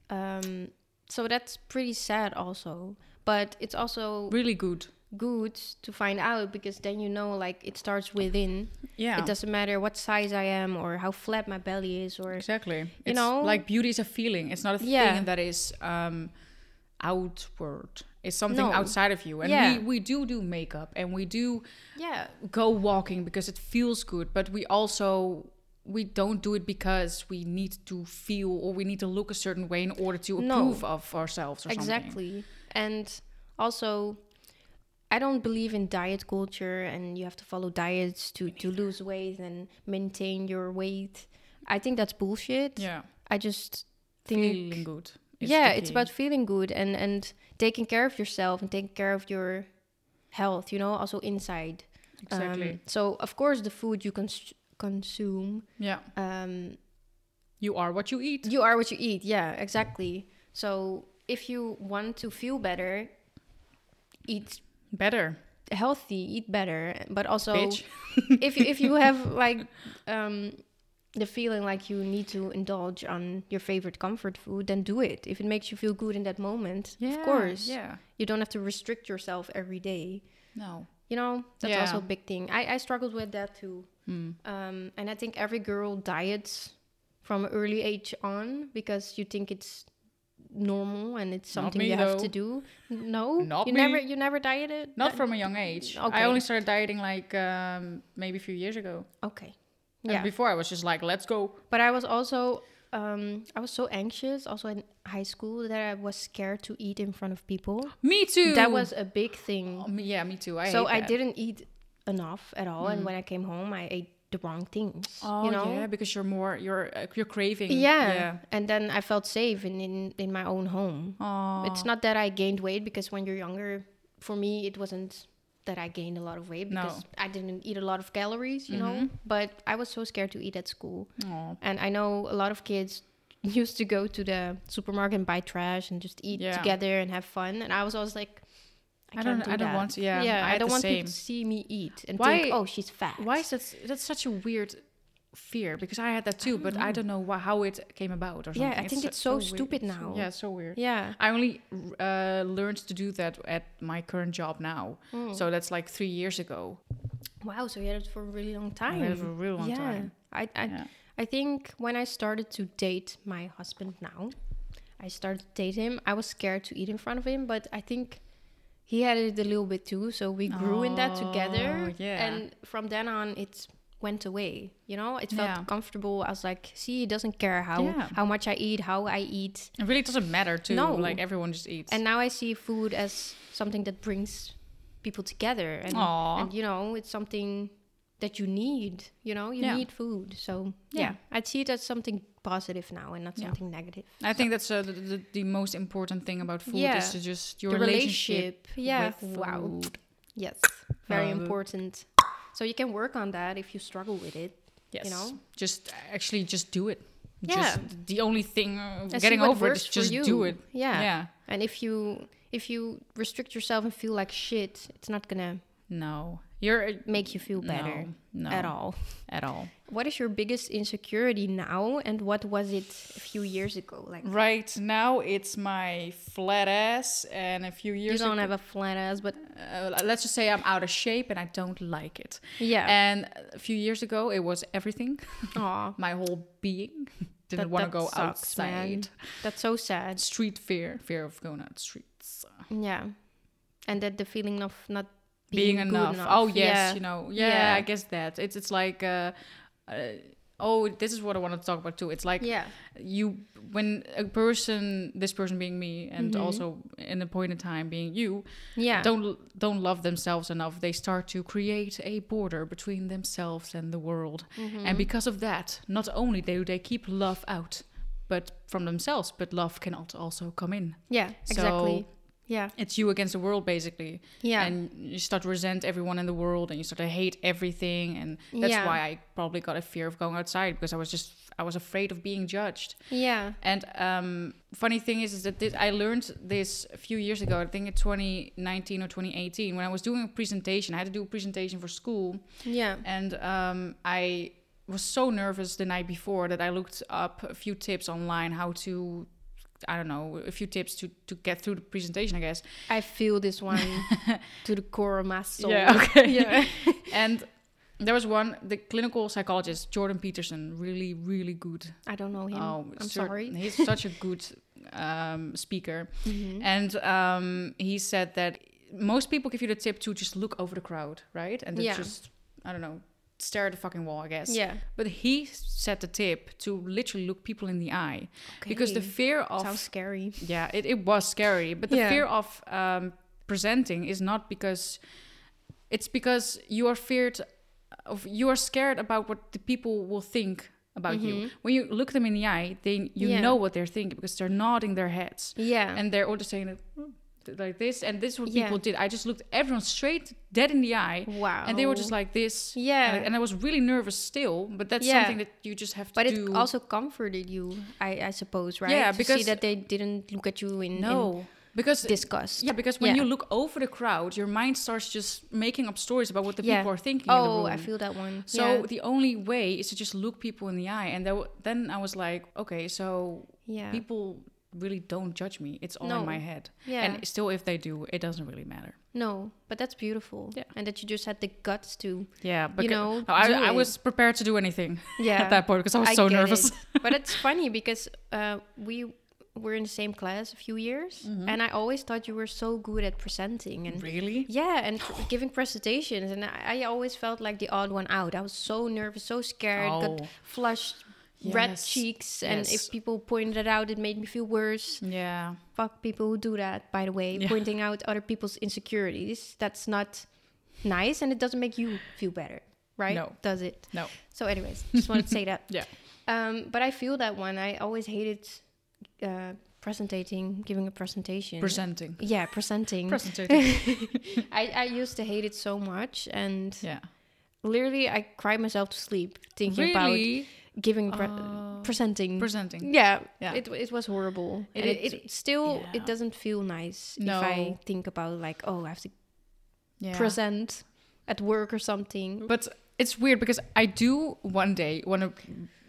Speaker 2: Um, so that's pretty sad also. But it's also
Speaker 1: Really good.
Speaker 2: good to find out because then you know like it starts within.
Speaker 1: Yeah.
Speaker 2: It doesn't matter what size I am or how flat my belly is or
Speaker 1: Exactly. It's
Speaker 2: know?
Speaker 1: like beauty is a feeling. It's not a
Speaker 2: Yeah.
Speaker 1: thing that is um, outward. It's something
Speaker 2: No.
Speaker 1: outside of you. And
Speaker 2: Yeah.
Speaker 1: we, we do do makeup and we do
Speaker 2: yeah.
Speaker 1: go walking because it feels good, but we also we don't do it because we need to feel or we need to look a certain way in order to
Speaker 2: No.
Speaker 1: approve of ourselves or something.
Speaker 2: Exactly. And also, I don't believe in diet culture and you have to follow diets to, to lose weight and maintain your weight. I think that's bullshit.
Speaker 1: Yeah.
Speaker 2: I just think,
Speaker 1: Feeling good. is
Speaker 2: yeah,
Speaker 1: the
Speaker 2: it's
Speaker 1: key.
Speaker 2: about feeling good and, and taking care of yourself and taking care of your health, you know, also inside. Um,
Speaker 1: exactly.
Speaker 2: so, of course, the food you cons- consume,
Speaker 1: yeah.
Speaker 2: um,
Speaker 1: You are what you eat.
Speaker 2: you are what you eat. Yeah, exactly. So if you want to feel better, eat
Speaker 1: Better.
Speaker 2: healthy, eat better. But also,
Speaker 1: bitch.
Speaker 2: if you, if you have like um, the feeling like you need to indulge on your favorite comfort food, then do it. If it makes you feel good in that moment,
Speaker 1: Yeah,
Speaker 2: of course.
Speaker 1: Yeah.
Speaker 2: You don't have to restrict yourself every day.
Speaker 1: No.
Speaker 2: You know, that's
Speaker 1: Yeah. Hmm.
Speaker 2: also a big thing. I, I struggled with that too. Um, and I think every girl diets from an early age on because you think it's normal and it's
Speaker 1: Not
Speaker 2: something
Speaker 1: me,
Speaker 2: you have
Speaker 1: though.
Speaker 2: to do. No,
Speaker 1: Not
Speaker 2: you never
Speaker 1: me.
Speaker 2: you never dieted.
Speaker 1: Not
Speaker 2: That-
Speaker 1: from a young age.
Speaker 2: Okay.
Speaker 1: I only started dieting like um, maybe a few years ago.
Speaker 2: okay.
Speaker 1: And
Speaker 2: Yeah,
Speaker 1: before I was just like, let's go.
Speaker 2: but I was also um, I was so anxious also in high school that I was scared to eat in front of people.
Speaker 1: Me too.
Speaker 2: That was a big thing.
Speaker 1: Oh, me- yeah, me too. I
Speaker 2: so
Speaker 1: hate
Speaker 2: I
Speaker 1: that.
Speaker 2: didn't eat enough at all, and when I came home, I ate the wrong things.
Speaker 1: Hmm. Oh
Speaker 2: you know?
Speaker 1: yeah, because you're more you're uh, you're craving.
Speaker 2: Yeah.
Speaker 1: Yeah.
Speaker 2: And then I felt safe in, in, in my own home.
Speaker 1: Oh.
Speaker 2: It's not that I gained weight because when you're younger, for me, it wasn't that I gained a lot of weight
Speaker 1: No. Mm-hmm.
Speaker 2: because I didn't eat a lot of calories, you know? But I was so scared to eat at school.
Speaker 1: Aw.
Speaker 2: And I know a lot of kids used to go to the supermarket and buy trash and just eat
Speaker 1: Yeah.
Speaker 2: together and have fun. And I was always like, I,
Speaker 1: I
Speaker 2: can't
Speaker 1: don't-
Speaker 2: do
Speaker 1: I don't
Speaker 2: that.
Speaker 1: want to- yeah, I
Speaker 2: yeah. I,
Speaker 1: had
Speaker 2: don't
Speaker 1: the
Speaker 2: want
Speaker 1: same.
Speaker 2: people to see me eat and
Speaker 1: Why-
Speaker 2: think, oh, she's fat.
Speaker 1: Why is that? That's such a weird fear because I had that too, but I don't know why, how it came about or something.
Speaker 2: Mm. Yeah, I think
Speaker 1: so-
Speaker 2: it's so,
Speaker 1: weird.
Speaker 2: stupid now.
Speaker 1: Yeah, it's so weird.
Speaker 2: Yeah.
Speaker 1: I only uh, learned to do that at my current job now.
Speaker 2: Mm.
Speaker 1: So that's like three years ago.
Speaker 2: Wow, so you had it for a really long
Speaker 1: I
Speaker 2: time.
Speaker 1: had it for a really long
Speaker 2: yeah.
Speaker 1: time.
Speaker 2: I I,
Speaker 1: Yeah.
Speaker 2: I think when I started to date my husband now, I started to date him. I was scared to eat in front of him, but I think he had it a little bit too, so we grew in that together.
Speaker 1: Oh, yeah.
Speaker 2: And from then on it went away. You know, it felt
Speaker 1: Yeah.
Speaker 2: comfortable. I was like, see, he doesn't care how
Speaker 1: Yeah.
Speaker 2: how much I eat, how I eat.
Speaker 1: It really doesn't matter too.
Speaker 2: No.
Speaker 1: Like everyone just eats.
Speaker 2: And now I see food as something that brings people together and,
Speaker 1: Aw.
Speaker 2: and you know, it's something that you need, you know, you
Speaker 1: Yeah.
Speaker 2: need food. So yeah.
Speaker 1: Yeah.
Speaker 2: I see it as something positive now and not
Speaker 1: Yeah.
Speaker 2: something negative.
Speaker 1: I think that's uh, the, the, the most important thing about food
Speaker 2: Yeah.
Speaker 1: is to just your
Speaker 2: The
Speaker 1: relationship.
Speaker 2: relationship, yeah.
Speaker 1: With
Speaker 2: Wow.
Speaker 1: food.
Speaker 2: Yes. Very
Speaker 1: Uh,
Speaker 2: important. So you can work on that if you struggle with it.
Speaker 1: Yes.
Speaker 2: know?
Speaker 1: Just actually just do it.
Speaker 2: Yeah.
Speaker 1: Just the only thing uh,
Speaker 2: And see
Speaker 1: getting
Speaker 2: what
Speaker 1: over it
Speaker 2: works
Speaker 1: is
Speaker 2: for
Speaker 1: just
Speaker 2: you.
Speaker 1: do it.
Speaker 2: Yeah.
Speaker 1: Yeah.
Speaker 2: And if you if you restrict yourself and feel like shit, it's not gonna
Speaker 1: No. You're uh,
Speaker 2: make you feel better
Speaker 1: No, no.
Speaker 2: at all.
Speaker 1: at all.
Speaker 2: What is your biggest insecurity now and what was it a few years ago? Like
Speaker 1: Right now it's my flat ass and a few
Speaker 2: you
Speaker 1: years
Speaker 2: don't have a flat ass, but
Speaker 1: uh, let's just say I'm out of shape and I don't like it.
Speaker 2: yeah.
Speaker 1: And a few years ago it was everything,
Speaker 2: Aw.
Speaker 1: my whole being. Didn't
Speaker 2: That-
Speaker 1: want to
Speaker 2: that
Speaker 1: go
Speaker 2: sucks, man.
Speaker 1: outside.
Speaker 2: That's so sad.
Speaker 1: Street fear, fear of going out streets.
Speaker 2: Yeah. And that the feeling of not
Speaker 1: being,
Speaker 2: being, good
Speaker 1: enough.
Speaker 2: enough.
Speaker 1: Oh yes,
Speaker 2: Yeah.
Speaker 1: you know. Yeah,
Speaker 2: Yeah.
Speaker 1: I guess that it's it's like. Uh, uh, Oh, this is what I wanted to talk about too. It's like
Speaker 2: yeah.
Speaker 1: you, when a person, this person being me, and also in a point in time being you,
Speaker 2: Yeah.
Speaker 1: don't don't love themselves enough. They start to create a border between themselves and the world,
Speaker 2: Mm-hmm.
Speaker 1: and because of that, not only do they keep love out, but from themselves, but love cannot also come in.
Speaker 2: yeah,
Speaker 1: So
Speaker 2: exactly. Yeah.
Speaker 1: it's you against the world basically
Speaker 2: Yeah.
Speaker 1: and you start to resent everyone in the world and you start to hate everything and that's
Speaker 2: Yeah.
Speaker 1: why i probably got a fear of going outside because i was just i was afraid of being judged
Speaker 2: yeah.
Speaker 1: and um, funny thing is, is that this, I learned this a few years ago. I think in 2019 or 2018, when I was doing a presentation, I had to do a presentation for school,
Speaker 2: Yeah.
Speaker 1: and um, I was so nervous the night before that I looked up a few tips online how to, I don't know, a few tips to to get through the presentation, I guess.
Speaker 2: I feel this one to the core of my soul.
Speaker 1: Yeah, okay.
Speaker 2: Yeah.
Speaker 1: and there was one, the clinical psychologist Jordan Peterson, really, really good.
Speaker 2: I don't know him. I'm
Speaker 1: cer-
Speaker 2: sorry.
Speaker 1: He's such a good um, speaker.
Speaker 2: Mm-hmm.
Speaker 1: And um, he said that most people give you the tip to just look over the crowd, right? And to
Speaker 2: Yeah.
Speaker 1: just, I don't know, stare at the fucking wall, I guess.
Speaker 2: Yeah.
Speaker 1: But he said the tip to literally look people in the eye. Because the
Speaker 2: Okay.
Speaker 1: fear of.
Speaker 2: sounds scary.
Speaker 1: yeah, it, it was scary. But the
Speaker 2: Yeah.
Speaker 1: fear of um, presenting is not because. It's because you are feared of. You are scared about what the people will think about you. When you look them in the eye, they, you
Speaker 2: Mm-hmm. Yeah.
Speaker 1: know what they're thinking because they're nodding their heads
Speaker 2: Yeah.
Speaker 1: and they're all just saying it "Hmm," th- like this and this is what
Speaker 2: Yeah.
Speaker 1: people did i just looked everyone straight dead in the eye
Speaker 2: wow.
Speaker 1: and they were just like this
Speaker 2: Yeah.
Speaker 1: and, and i was really nervous still but that's
Speaker 2: Yeah.
Speaker 1: something that you just have to
Speaker 2: but it
Speaker 1: do
Speaker 2: also comforted you, I, I suppose, right?
Speaker 1: Yeah,
Speaker 2: to see
Speaker 1: because-
Speaker 2: that they didn't look at you in,
Speaker 1: no because
Speaker 2: in disgust.
Speaker 1: yeah because when
Speaker 2: Yeah.
Speaker 1: you look over the crowd your mind starts just making up stories about what the
Speaker 2: Yeah.
Speaker 1: people are thinking in the
Speaker 2: Oh,
Speaker 1: room.
Speaker 2: I feel that one.
Speaker 1: so the only way is to just look people in the eye and that w- then i was like okay so
Speaker 2: yeah, yeah,
Speaker 1: people really don't judge me it's all
Speaker 2: No.
Speaker 1: in my head
Speaker 2: yeah.
Speaker 1: and still if they do it doesn't really matter
Speaker 2: no, but that's beautiful.
Speaker 1: Yeah.
Speaker 2: and that you just had the guts to,
Speaker 1: Yeah, but
Speaker 2: you know,
Speaker 1: I,
Speaker 2: do
Speaker 1: I
Speaker 2: it.
Speaker 1: was prepared to do anything
Speaker 2: yeah.
Speaker 1: at that point because I was
Speaker 2: I
Speaker 1: so
Speaker 2: get
Speaker 1: nervous.
Speaker 2: it. but it's funny because uh, we were in the same class a few years, and I always thought you were so good at presenting and
Speaker 1: Mm-hmm. Really?
Speaker 2: yeah, and pr- giving presentations, and I, I always felt like the odd one out. I was so nervous, so scared,
Speaker 1: Oh.
Speaker 2: got flushed. Red
Speaker 1: Yes.
Speaker 2: cheeks, and
Speaker 1: Yes.
Speaker 2: if people pointed it out, it made me feel worse.
Speaker 1: Yeah.
Speaker 2: Fuck people who do that, by the way,
Speaker 1: Yeah.
Speaker 2: pointing out other people's insecurities. That's not nice, and it doesn't make you feel better, right?
Speaker 1: No.
Speaker 2: Does it?
Speaker 1: No.
Speaker 2: So, anyways, just wanted to say that.
Speaker 1: Yeah.
Speaker 2: Um, but I feel that one. I always hated uh, presenting, giving a presentation.
Speaker 1: Presenting.
Speaker 2: yeah, presenting.
Speaker 1: Presenting.
Speaker 2: I, I used to hate it so much, and
Speaker 1: yeah.
Speaker 2: literally I cried myself to sleep thinking
Speaker 1: Really?
Speaker 2: about giving pre-
Speaker 1: Oh.
Speaker 2: presenting.
Speaker 1: Presenting.
Speaker 2: yeah,
Speaker 1: Yeah.
Speaker 2: It it was horrible.
Speaker 1: It-
Speaker 2: and it,
Speaker 1: it-
Speaker 2: still
Speaker 1: yeah.
Speaker 2: it doesn't feel nice
Speaker 1: No.
Speaker 2: if I think about like oh I have to
Speaker 1: Yeah.
Speaker 2: present at work or something.
Speaker 1: But it's weird because I do one day want to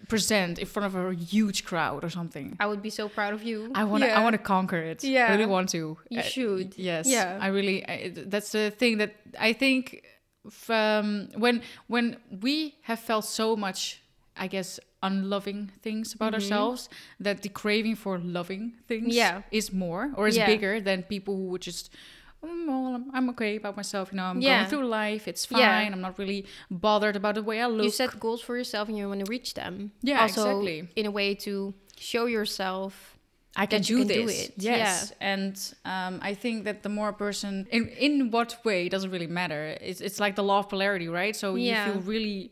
Speaker 1: present in front of a huge crowd or something.
Speaker 2: I would be so proud of you.
Speaker 1: I want to. I
Speaker 2: Yeah.
Speaker 1: want to conquer it. I
Speaker 2: Yeah.
Speaker 1: really want to.
Speaker 2: You
Speaker 1: Uh,
Speaker 2: should.
Speaker 1: Yes.
Speaker 2: Yeah.
Speaker 1: I really. I, that's the thing that I think. f- Um, when when we have felt so much, I guess unloving things about ourselves, that the craving for loving things
Speaker 2: Mm-hmm. Yeah.
Speaker 1: is more or is
Speaker 2: Yeah.
Speaker 1: bigger than people who would just. "Mm, Well, I'm, I'm okay about myself. You know, I'm
Speaker 2: Yeah.
Speaker 1: going through life. It's fine.
Speaker 2: Yeah.
Speaker 1: I'm not really bothered about the way I look.
Speaker 2: You set goals for yourself and you want to reach them.
Speaker 1: Yeah,
Speaker 2: also
Speaker 1: exactly.
Speaker 2: in a way to show yourself.
Speaker 1: I can
Speaker 2: that you
Speaker 1: do
Speaker 2: can do
Speaker 1: this.
Speaker 2: it.
Speaker 1: Yes, and um, I think that the more a person in in what way doesn't really matter. It's it's like the law of polarity, right? So
Speaker 2: Yeah.
Speaker 1: you feel really.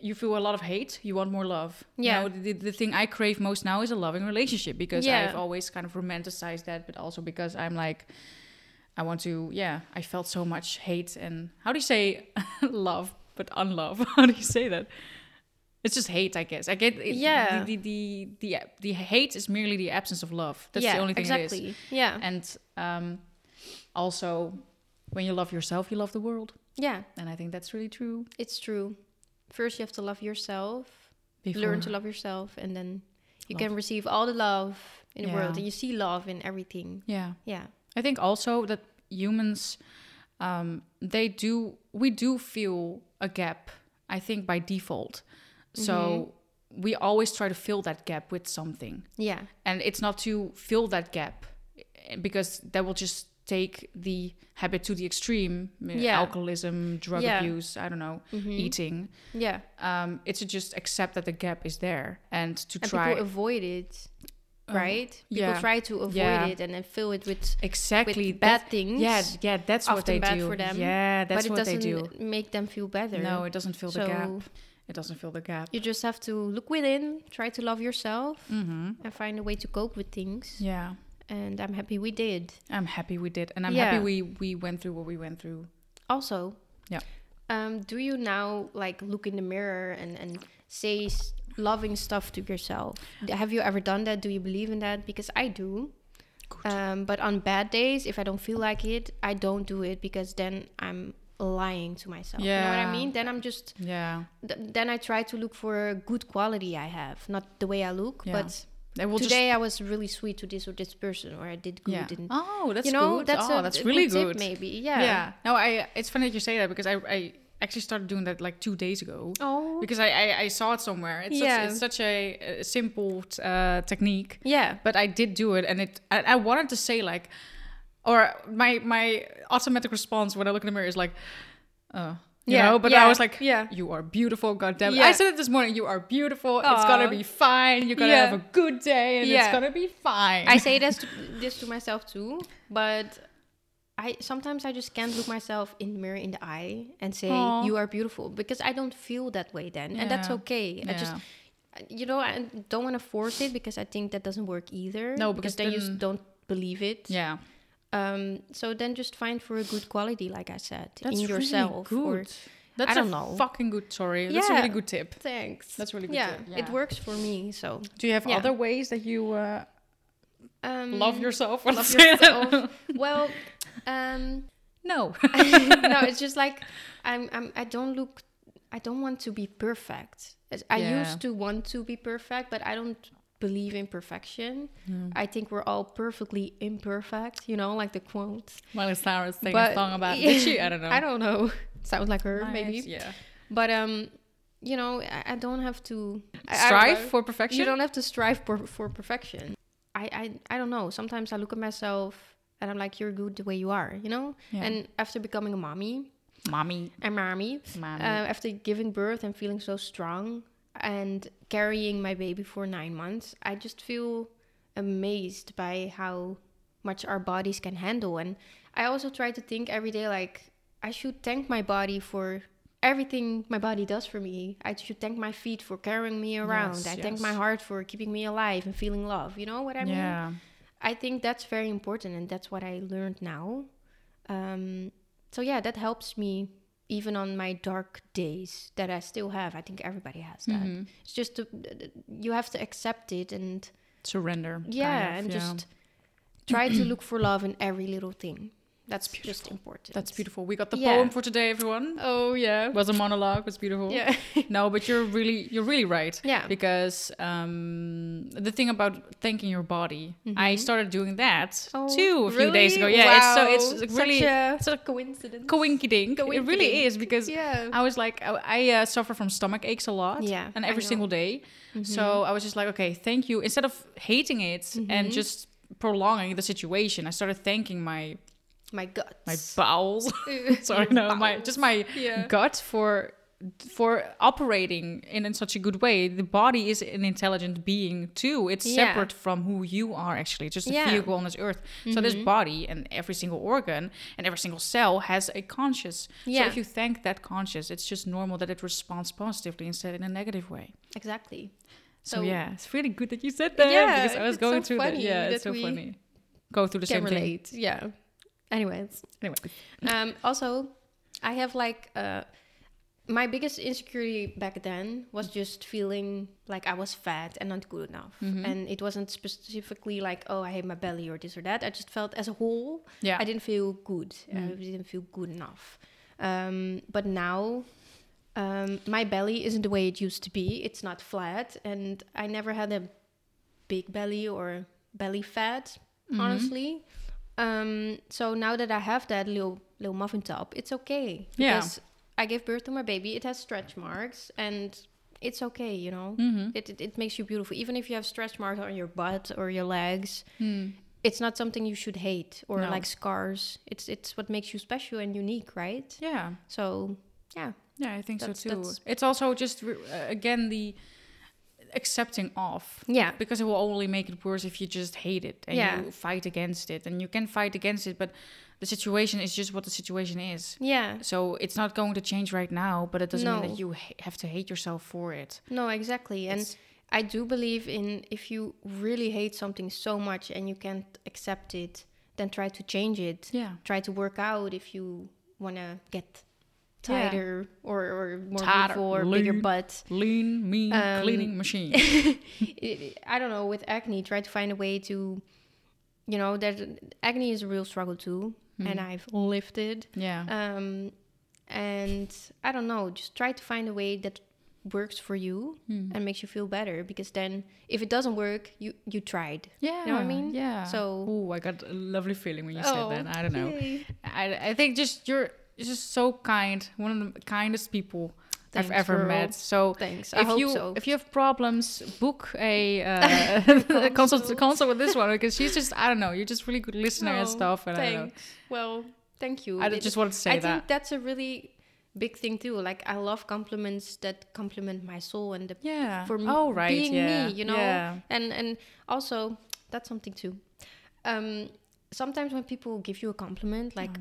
Speaker 1: You feel a lot of hate. You want more love. You
Speaker 2: Yeah.
Speaker 1: know, the, the thing I crave most now is a loving relationship because
Speaker 2: Yeah.
Speaker 1: I've always kind of romanticized that, but also because I'm like, I want to. Yeah, I felt so much hate and how do you say love, but unlove? How do you say that? It's just hate, I guess. I get it,
Speaker 2: Yeah.
Speaker 1: The, the, the the the hate is merely the absence of love. That's
Speaker 2: yeah,
Speaker 1: the only thing
Speaker 2: exactly.
Speaker 1: it is.
Speaker 2: Yeah,
Speaker 1: And um, also, when you love yourself, you love the world,
Speaker 2: yeah,
Speaker 1: and I think that's really true.
Speaker 2: it's true. First, you have to love yourself,
Speaker 1: Before-
Speaker 2: learn to love yourself, and then you
Speaker 1: Love.
Speaker 2: can receive all the love in the world,
Speaker 1: Yeah.
Speaker 2: and you see love in everything.
Speaker 1: Yeah,
Speaker 2: Yeah,
Speaker 1: I think also that humans, um, they do we do feel a gap. I think by default, so
Speaker 2: Mm-hmm.
Speaker 1: we always try to fill that gap with something.
Speaker 2: yeah,
Speaker 1: and it's not to fill that gap eh, because that will just take the habit to the extreme eh,
Speaker 2: Yeah.
Speaker 1: alcoholism drug
Speaker 2: Yeah. Mm-hmm.
Speaker 1: abuse i don't know eating
Speaker 2: yeah.
Speaker 1: um, it's to just accept that the gap is there and to
Speaker 2: And
Speaker 1: try Um,
Speaker 2: people avoid it, right? People
Speaker 1: yeah.
Speaker 2: try to avoid
Speaker 1: Yeah.
Speaker 2: it and then fill it with
Speaker 1: exactly
Speaker 2: with
Speaker 1: that-
Speaker 2: bad things.
Speaker 1: yeah yeah that's what
Speaker 2: often
Speaker 1: they
Speaker 2: bad
Speaker 1: do
Speaker 2: for them,
Speaker 1: yeah that's
Speaker 2: but it
Speaker 1: what they
Speaker 2: doesn't
Speaker 1: do
Speaker 2: make them feel better.
Speaker 1: no it doesn't fill the gap
Speaker 2: So-
Speaker 1: it doesn't fill the gap
Speaker 2: You just
Speaker 1: Mm-hmm.
Speaker 2: have to look within, try to love yourself, and find a way to cope with things.
Speaker 1: yeah
Speaker 2: and I'm happy we did.
Speaker 1: I'm happy we did, and I'm
Speaker 2: Yeah.
Speaker 1: happy we we went through what we went through.
Speaker 2: Also,
Speaker 1: Yeah.
Speaker 2: Um, do you now like look in the mirror and and say s- loving stuff to yourself? D- Have you ever done that? Do you believe in that? Because I do.
Speaker 1: Good.
Speaker 2: Um, but on bad days, if I don't feel like it, I don't do it because then I'm lying to myself. You know what
Speaker 1: Yeah.
Speaker 2: I mean? Then I'm just
Speaker 1: Yeah,
Speaker 2: th- then I try to look for a good quality I have, not the way I look,
Speaker 1: Yeah.
Speaker 2: but
Speaker 1: they will
Speaker 2: today I was really sweet to this or this person, or I did
Speaker 1: just
Speaker 2: good,
Speaker 1: yeah.
Speaker 2: didn't.
Speaker 1: Oh, that's
Speaker 2: you know,
Speaker 1: good.
Speaker 2: that's
Speaker 1: oh,
Speaker 2: a
Speaker 1: that's
Speaker 2: a
Speaker 1: really
Speaker 2: tip
Speaker 1: good.
Speaker 2: maybe. Yeah.
Speaker 1: No, I. It's funny that you say that because I I actually started doing that like two days ago.
Speaker 2: Oh.
Speaker 1: Because I, I, I saw it somewhere. It's
Speaker 2: Yeah.
Speaker 1: such, it's such a, a simple uh, technique.
Speaker 2: yeah.
Speaker 1: but I did do it, and it. I, I wanted to say like, or my my automatic response when I look in the mirror is like, oh, you
Speaker 2: Yeah,
Speaker 1: know. But
Speaker 2: yeah,
Speaker 1: I was like,
Speaker 2: yeah.
Speaker 1: you are beautiful, goddamn.
Speaker 2: Yeah.
Speaker 1: I said it this morning. You are beautiful. It's gonna
Speaker 2: Aw.
Speaker 1: be fine. You're gonna
Speaker 2: Yeah.
Speaker 1: have a good day, and
Speaker 2: Yeah.
Speaker 1: it's gonna be fine.
Speaker 2: I say this to, this to myself too, but I sometimes I just can't look myself in the mirror in the eye and say
Speaker 1: Aw.
Speaker 2: you are beautiful because I don't feel that way then, and that's
Speaker 1: Yeah.
Speaker 2: okay. I just
Speaker 1: Yeah.
Speaker 2: you know I don't want to force it because I think that doesn't work either.
Speaker 1: No, because
Speaker 2: then, you s-
Speaker 1: then-
Speaker 2: don't believe it.
Speaker 1: yeah,
Speaker 2: Um, so then just find for a good quality, like I said,
Speaker 1: that's
Speaker 2: in yourself.
Speaker 1: Really
Speaker 2: Or,
Speaker 1: good. that's
Speaker 2: I don't
Speaker 1: a
Speaker 2: know.
Speaker 1: fucking good story. That's a
Speaker 2: Yeah.
Speaker 1: really good tip.
Speaker 2: Thanks.
Speaker 1: That's a really good
Speaker 2: yeah,
Speaker 1: tip.
Speaker 2: it works for me. So
Speaker 1: Do you have
Speaker 2: Yeah.
Speaker 1: other ways that you uh,
Speaker 2: um,
Speaker 1: love yourself?
Speaker 2: love yourself. well, um,
Speaker 1: no.
Speaker 2: no, it's just like I'm, I'm. I don't look. I don't want to be perfect. As- I
Speaker 1: Yeah.
Speaker 2: used to want to be perfect, but I don't believe in perfection.
Speaker 1: Mm.
Speaker 2: I think we're all perfectly imperfect. You know, like the quote.
Speaker 1: Miley Cyrus sang
Speaker 2: But-
Speaker 1: a song about. Did she? I don't know.
Speaker 2: I don't know. Sounds like her, maybe.
Speaker 1: Yeah.
Speaker 2: But um, you know, I, I don't have to I- I
Speaker 1: Strive
Speaker 2: don't know.
Speaker 1: for perfection.
Speaker 2: You don't have to strive for, for perfection. I, I I don't know. Sometimes I look at myself and I'm like, you're good the way you are, you know.
Speaker 1: Yeah.
Speaker 2: And after becoming a mommy,
Speaker 1: mommy,
Speaker 2: a mommy,
Speaker 1: mommy.
Speaker 2: um, after giving birth and feeling so strong and carrying my baby for nine months, I just feel amazed by how much our bodies can handle. And I also try to think every day like, I should thank my body for everything my body does for me. I should thank my feet for carrying me around.
Speaker 1: Yes,
Speaker 2: I thank
Speaker 1: yes.
Speaker 2: my heart for keeping me alive and feeling love. You know what I mean?
Speaker 1: yeah.
Speaker 2: I think that's very important, and that's what I learned now. Um, so yeah, that helps me even on my dark days that I still have. I think everybody has that.
Speaker 1: Mm-hmm.
Speaker 2: It's just to, you have to accept it, and
Speaker 1: Surrender. kind
Speaker 2: yeah,
Speaker 1: of,
Speaker 2: and
Speaker 1: yeah.
Speaker 2: just try to look for love in every little thing. That's just important.
Speaker 1: That's beautiful. We got the
Speaker 2: Yeah.
Speaker 1: poem for today, everyone.
Speaker 2: Oh yeah,
Speaker 1: It was a monologue. It was beautiful.
Speaker 2: yeah,
Speaker 1: no, but you're really, you're really right.
Speaker 2: yeah,
Speaker 1: Because um, the thing about thanking your body,
Speaker 2: Mm-hmm.
Speaker 1: I started doing that too a few days ago. Yeah, it's so it's really
Speaker 2: Oh, such a,
Speaker 1: such
Speaker 2: coincidence.
Speaker 1: coinky dink. It really
Speaker 2: Coinkydink.
Speaker 1: is because
Speaker 2: yeah,
Speaker 1: I was like, I, I uh, suffer from stomach aches a lot.
Speaker 2: Yeah,
Speaker 1: And
Speaker 2: I
Speaker 1: every
Speaker 2: know. Mm-hmm.
Speaker 1: single day. So I was just like, okay, thank you. Instead of hating it
Speaker 2: Mm-hmm.
Speaker 1: and just prolonging the situation, I started thanking my
Speaker 2: my
Speaker 1: my
Speaker 2: guts.
Speaker 1: bowels. Sorry, no, my just my
Speaker 2: Yeah.
Speaker 1: gut for for operating in, in such a good way. The body is an intelligent being too. It's
Speaker 2: Yeah.
Speaker 1: separate from who you are actually. It's just a
Speaker 2: Yeah. Mm-hmm.
Speaker 1: vehicle on this earth. So this body and every single organ and every single cell has a conscious.
Speaker 2: Yeah.
Speaker 1: So if you thank that conscious, it's just normal that it responds positively instead in a negative way.
Speaker 2: exactly.
Speaker 1: So,
Speaker 2: So-
Speaker 1: yeah, it's really good that you said that
Speaker 2: Yeah,
Speaker 1: because I was
Speaker 2: it's
Speaker 1: going
Speaker 2: so
Speaker 1: through that.
Speaker 2: funny
Speaker 1: Yeah, it's
Speaker 2: that
Speaker 1: so
Speaker 2: we
Speaker 1: funny. Go through the
Speaker 2: Can
Speaker 1: same thing.
Speaker 2: relate. Yeah. Anyways.
Speaker 1: Anyway.
Speaker 2: um, also, I have like uh, my biggest insecurity back then was just feeling like I was fat and not good enough, and it wasn't specifically like oh I hate my belly or this or that. I just felt as a whole
Speaker 1: Yeah. Mm.
Speaker 2: I didn't feel good. I didn't feel good enough. Um, but now. Um, my belly isn't the way it used to be. It's not flat, and I never had a big belly or belly fat,
Speaker 1: Mm-hmm.
Speaker 2: honestly. Um, so now that I have that little little muffin top, it's okay.
Speaker 1: Yeah.
Speaker 2: Because I gave birth to my baby. It has stretch marks, and it's okay. You know,
Speaker 1: Mm-hmm.
Speaker 2: it, it it makes you beautiful, even if you have stretch marks on your butt or your legs. It's not something you should hate or
Speaker 1: Hmm. No.
Speaker 2: like scars. It's it's what makes you special and unique, right?
Speaker 1: Yeah.
Speaker 2: So yeah,
Speaker 1: Yeah, I think
Speaker 2: That's-
Speaker 1: so too.
Speaker 2: that's-
Speaker 1: It's also just re- uh, again the accepting of
Speaker 2: yeah,
Speaker 1: because it will only make it worse if you just hate it and
Speaker 2: Yeah.
Speaker 1: you fight against it and you can fight against it but the situation is just what the situation is.
Speaker 2: yeah.
Speaker 1: So it's not going to change right now, but it doesn't mean
Speaker 2: No.
Speaker 1: that you ha- have to hate yourself for it.
Speaker 2: No, exactly. And
Speaker 1: It's-
Speaker 2: I do believe in if you really hate something so much and you can't accept it, then try to change it.
Speaker 1: Yeah.
Speaker 2: Try to work out if you want to get
Speaker 1: Yeah.
Speaker 2: tighter or, or more
Speaker 1: Tighter,
Speaker 2: beautiful or bigger
Speaker 1: lean.
Speaker 2: butt.
Speaker 1: Lean, mean,
Speaker 2: Um,
Speaker 1: cleaning machine.
Speaker 2: I- I don't know, with acne, try to find a way to, you know, that acne is a real struggle too.
Speaker 1: Hmm.
Speaker 2: And I've lived it.
Speaker 1: yeah.
Speaker 2: Um, and I don't know, just try to find a way that works for you
Speaker 1: Hmm.
Speaker 2: and makes you feel better because then if it doesn't work, you you tried.
Speaker 1: yeah.
Speaker 2: you know what I mean?
Speaker 1: Yeah.
Speaker 2: So-
Speaker 1: Ooh, I got a lovely feeling when you
Speaker 2: Oh,
Speaker 1: said that. I don't know.
Speaker 2: yay.
Speaker 1: I, I think just you're you're just so kind. One of the kindest people
Speaker 2: Thanks,
Speaker 1: I've ever
Speaker 2: girl.
Speaker 1: met. So
Speaker 2: Thanks. I
Speaker 1: if
Speaker 2: hope
Speaker 1: you
Speaker 2: so.
Speaker 1: if you have problems, book a, uh, a consult consult with this one because she's just I don't know. You're just really good listener and
Speaker 2: Oh,
Speaker 1: stuff. And I don't know.
Speaker 2: thanks. Well, thank you.
Speaker 1: I
Speaker 2: It-
Speaker 1: just wanted to say
Speaker 2: I
Speaker 1: that.
Speaker 2: think that's a really big thing too. Like I love compliments that compliment my soul and the
Speaker 1: Yeah.
Speaker 2: for m-
Speaker 1: oh right.
Speaker 2: being
Speaker 1: yeah.
Speaker 2: me, you know.
Speaker 1: Yeah.
Speaker 2: And and also that's something too. Um, sometimes when people give you a compliment, like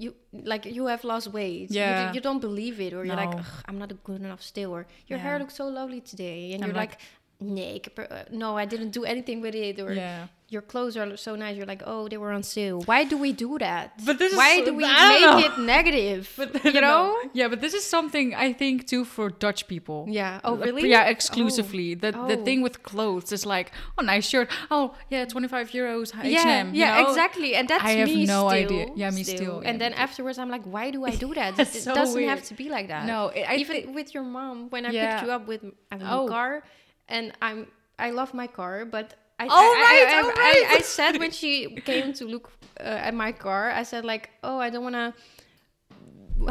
Speaker 2: you like you have lost weight, you,
Speaker 1: Yeah.
Speaker 2: d- you don't believe it, or you're like,
Speaker 1: No.
Speaker 2: "Ugh, I'm not good enough still, or
Speaker 1: Yeah.
Speaker 2: your hair looks so lovely today, and
Speaker 1: I'm
Speaker 2: you're
Speaker 1: like-
Speaker 2: like. Nee, ik heb er- uh, no, I didn't do anything with it. Or
Speaker 1: Yeah.
Speaker 2: your clothes are so nice. You're like, oh, they were on sale. Why do we do that?
Speaker 1: But this is
Speaker 2: Why
Speaker 1: so-
Speaker 2: do we
Speaker 1: I
Speaker 2: make
Speaker 1: don't
Speaker 2: it negative?
Speaker 1: I don't
Speaker 2: you know?
Speaker 1: Yeah, but this is something I think too for Dutch people.
Speaker 2: Yeah. Oh,
Speaker 1: Like,
Speaker 2: really?
Speaker 1: Uh, Yeah, exclusively. The the
Speaker 2: Oh.
Speaker 1: thing with clothes is like, oh, nice shirt. Oh, yeah, twenty five euros. H&M,
Speaker 2: yeah,
Speaker 1: you
Speaker 2: yeah,
Speaker 1: know?
Speaker 2: exactly. And that's
Speaker 1: I have
Speaker 2: me
Speaker 1: no
Speaker 2: still,
Speaker 1: idea. Yeah, me still, yeah,
Speaker 2: and then
Speaker 1: me
Speaker 2: afterwards, I'm like, why do I do that? it
Speaker 1: That's
Speaker 2: it
Speaker 1: so
Speaker 2: doesn't
Speaker 1: weird.
Speaker 2: have to be like that.
Speaker 1: No, it- I
Speaker 2: even
Speaker 1: thi-
Speaker 2: with your mom, when I
Speaker 1: Yeah.
Speaker 2: picked you up with m- I have a
Speaker 1: Oh.
Speaker 2: new car, and I'm I love my car, but. I,
Speaker 1: Oh,
Speaker 2: I- I-
Speaker 1: right,
Speaker 2: I,
Speaker 1: oh,
Speaker 2: I- I
Speaker 1: right.
Speaker 2: said when she came to look uh, at my car, I said like, "Oh, I don't want to."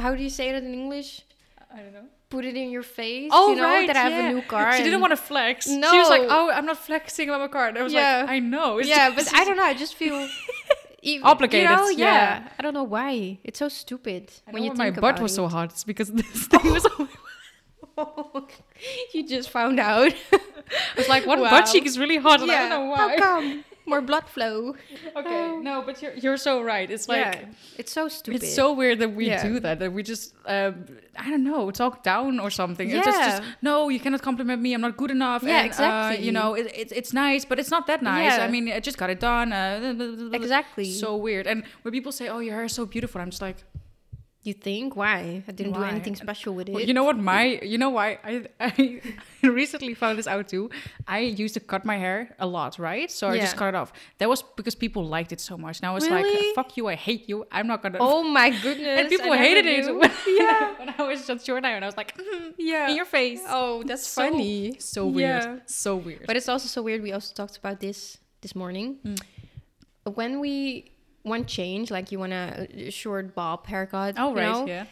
Speaker 2: How do you say that in English?
Speaker 1: I don't know.
Speaker 2: Put it in your face.
Speaker 1: Oh
Speaker 2: you know,
Speaker 1: right,
Speaker 2: that I have
Speaker 1: yeah.
Speaker 2: a new car.
Speaker 1: She didn't
Speaker 2: and-
Speaker 1: want to flex. she was like,
Speaker 2: No.
Speaker 1: "Oh, I'm not flexing about my car." And I was
Speaker 2: Yeah.
Speaker 1: like, "I know." It's
Speaker 2: yeah,
Speaker 1: just-
Speaker 2: but I don't know. I just feel even,
Speaker 1: Obligated,
Speaker 2: You know?
Speaker 1: yeah.
Speaker 2: yeah. I don't know why. It's so stupid
Speaker 1: I
Speaker 2: when
Speaker 1: know
Speaker 2: you
Speaker 1: my
Speaker 2: think
Speaker 1: butt
Speaker 2: about
Speaker 1: was
Speaker 2: it.
Speaker 1: so hot. It's because this thing was. I
Speaker 2: you just found out.
Speaker 1: was like, one
Speaker 2: Wow.
Speaker 1: butt cheek is really hot, and I don't
Speaker 2: yeah.
Speaker 1: know why.
Speaker 2: How come? More blood flow.
Speaker 1: Okay, no, but you're you're so right. It's like.
Speaker 2: yeah. It's so stupid.
Speaker 1: It's so weird that we
Speaker 2: Yeah.
Speaker 1: do that. That we just, um, I don't know, talk down or something. It's just, just,
Speaker 2: Yeah.
Speaker 1: no, you cannot compliment me. I'm not good enough.
Speaker 2: Yeah,
Speaker 1: and, uh,
Speaker 2: exactly.
Speaker 1: you know, it, it, it's nice, but it's not that nice.
Speaker 2: Yeah.
Speaker 1: I mean, I just got it done. Uh, blah, blah, blah, blah.
Speaker 2: Exactly.
Speaker 1: So weird. And when people say, "Oh, your hair is so beautiful," I'm just like,
Speaker 2: you think why? I didn't
Speaker 1: Why?
Speaker 2: do anything special with it.
Speaker 1: well, you know what? My, you know why? I, I recently found this out too. I used to cut my hair a lot, right? So I just
Speaker 2: Yeah.
Speaker 1: cut it off. That was because people liked it so much. Now it's
Speaker 2: Really?
Speaker 1: like, "Fuck you! I hate you! I'm not gonna."
Speaker 2: oh my goodness.
Speaker 1: and people
Speaker 2: I never
Speaker 1: hated it
Speaker 2: knew.
Speaker 1: when, yeah. when I was just short hair, and I was like, "Mm,
Speaker 2: yeah.
Speaker 1: in your face.
Speaker 2: Oh, that's
Speaker 1: So-
Speaker 2: funny.
Speaker 1: So weird.
Speaker 2: Yeah.
Speaker 1: So weird.
Speaker 2: But it's also so weird. We also talked about this this morning.
Speaker 1: Mm.
Speaker 2: When we want change, like you want a short bob haircut,
Speaker 1: oh
Speaker 2: you
Speaker 1: right,
Speaker 2: know,
Speaker 1: yeah.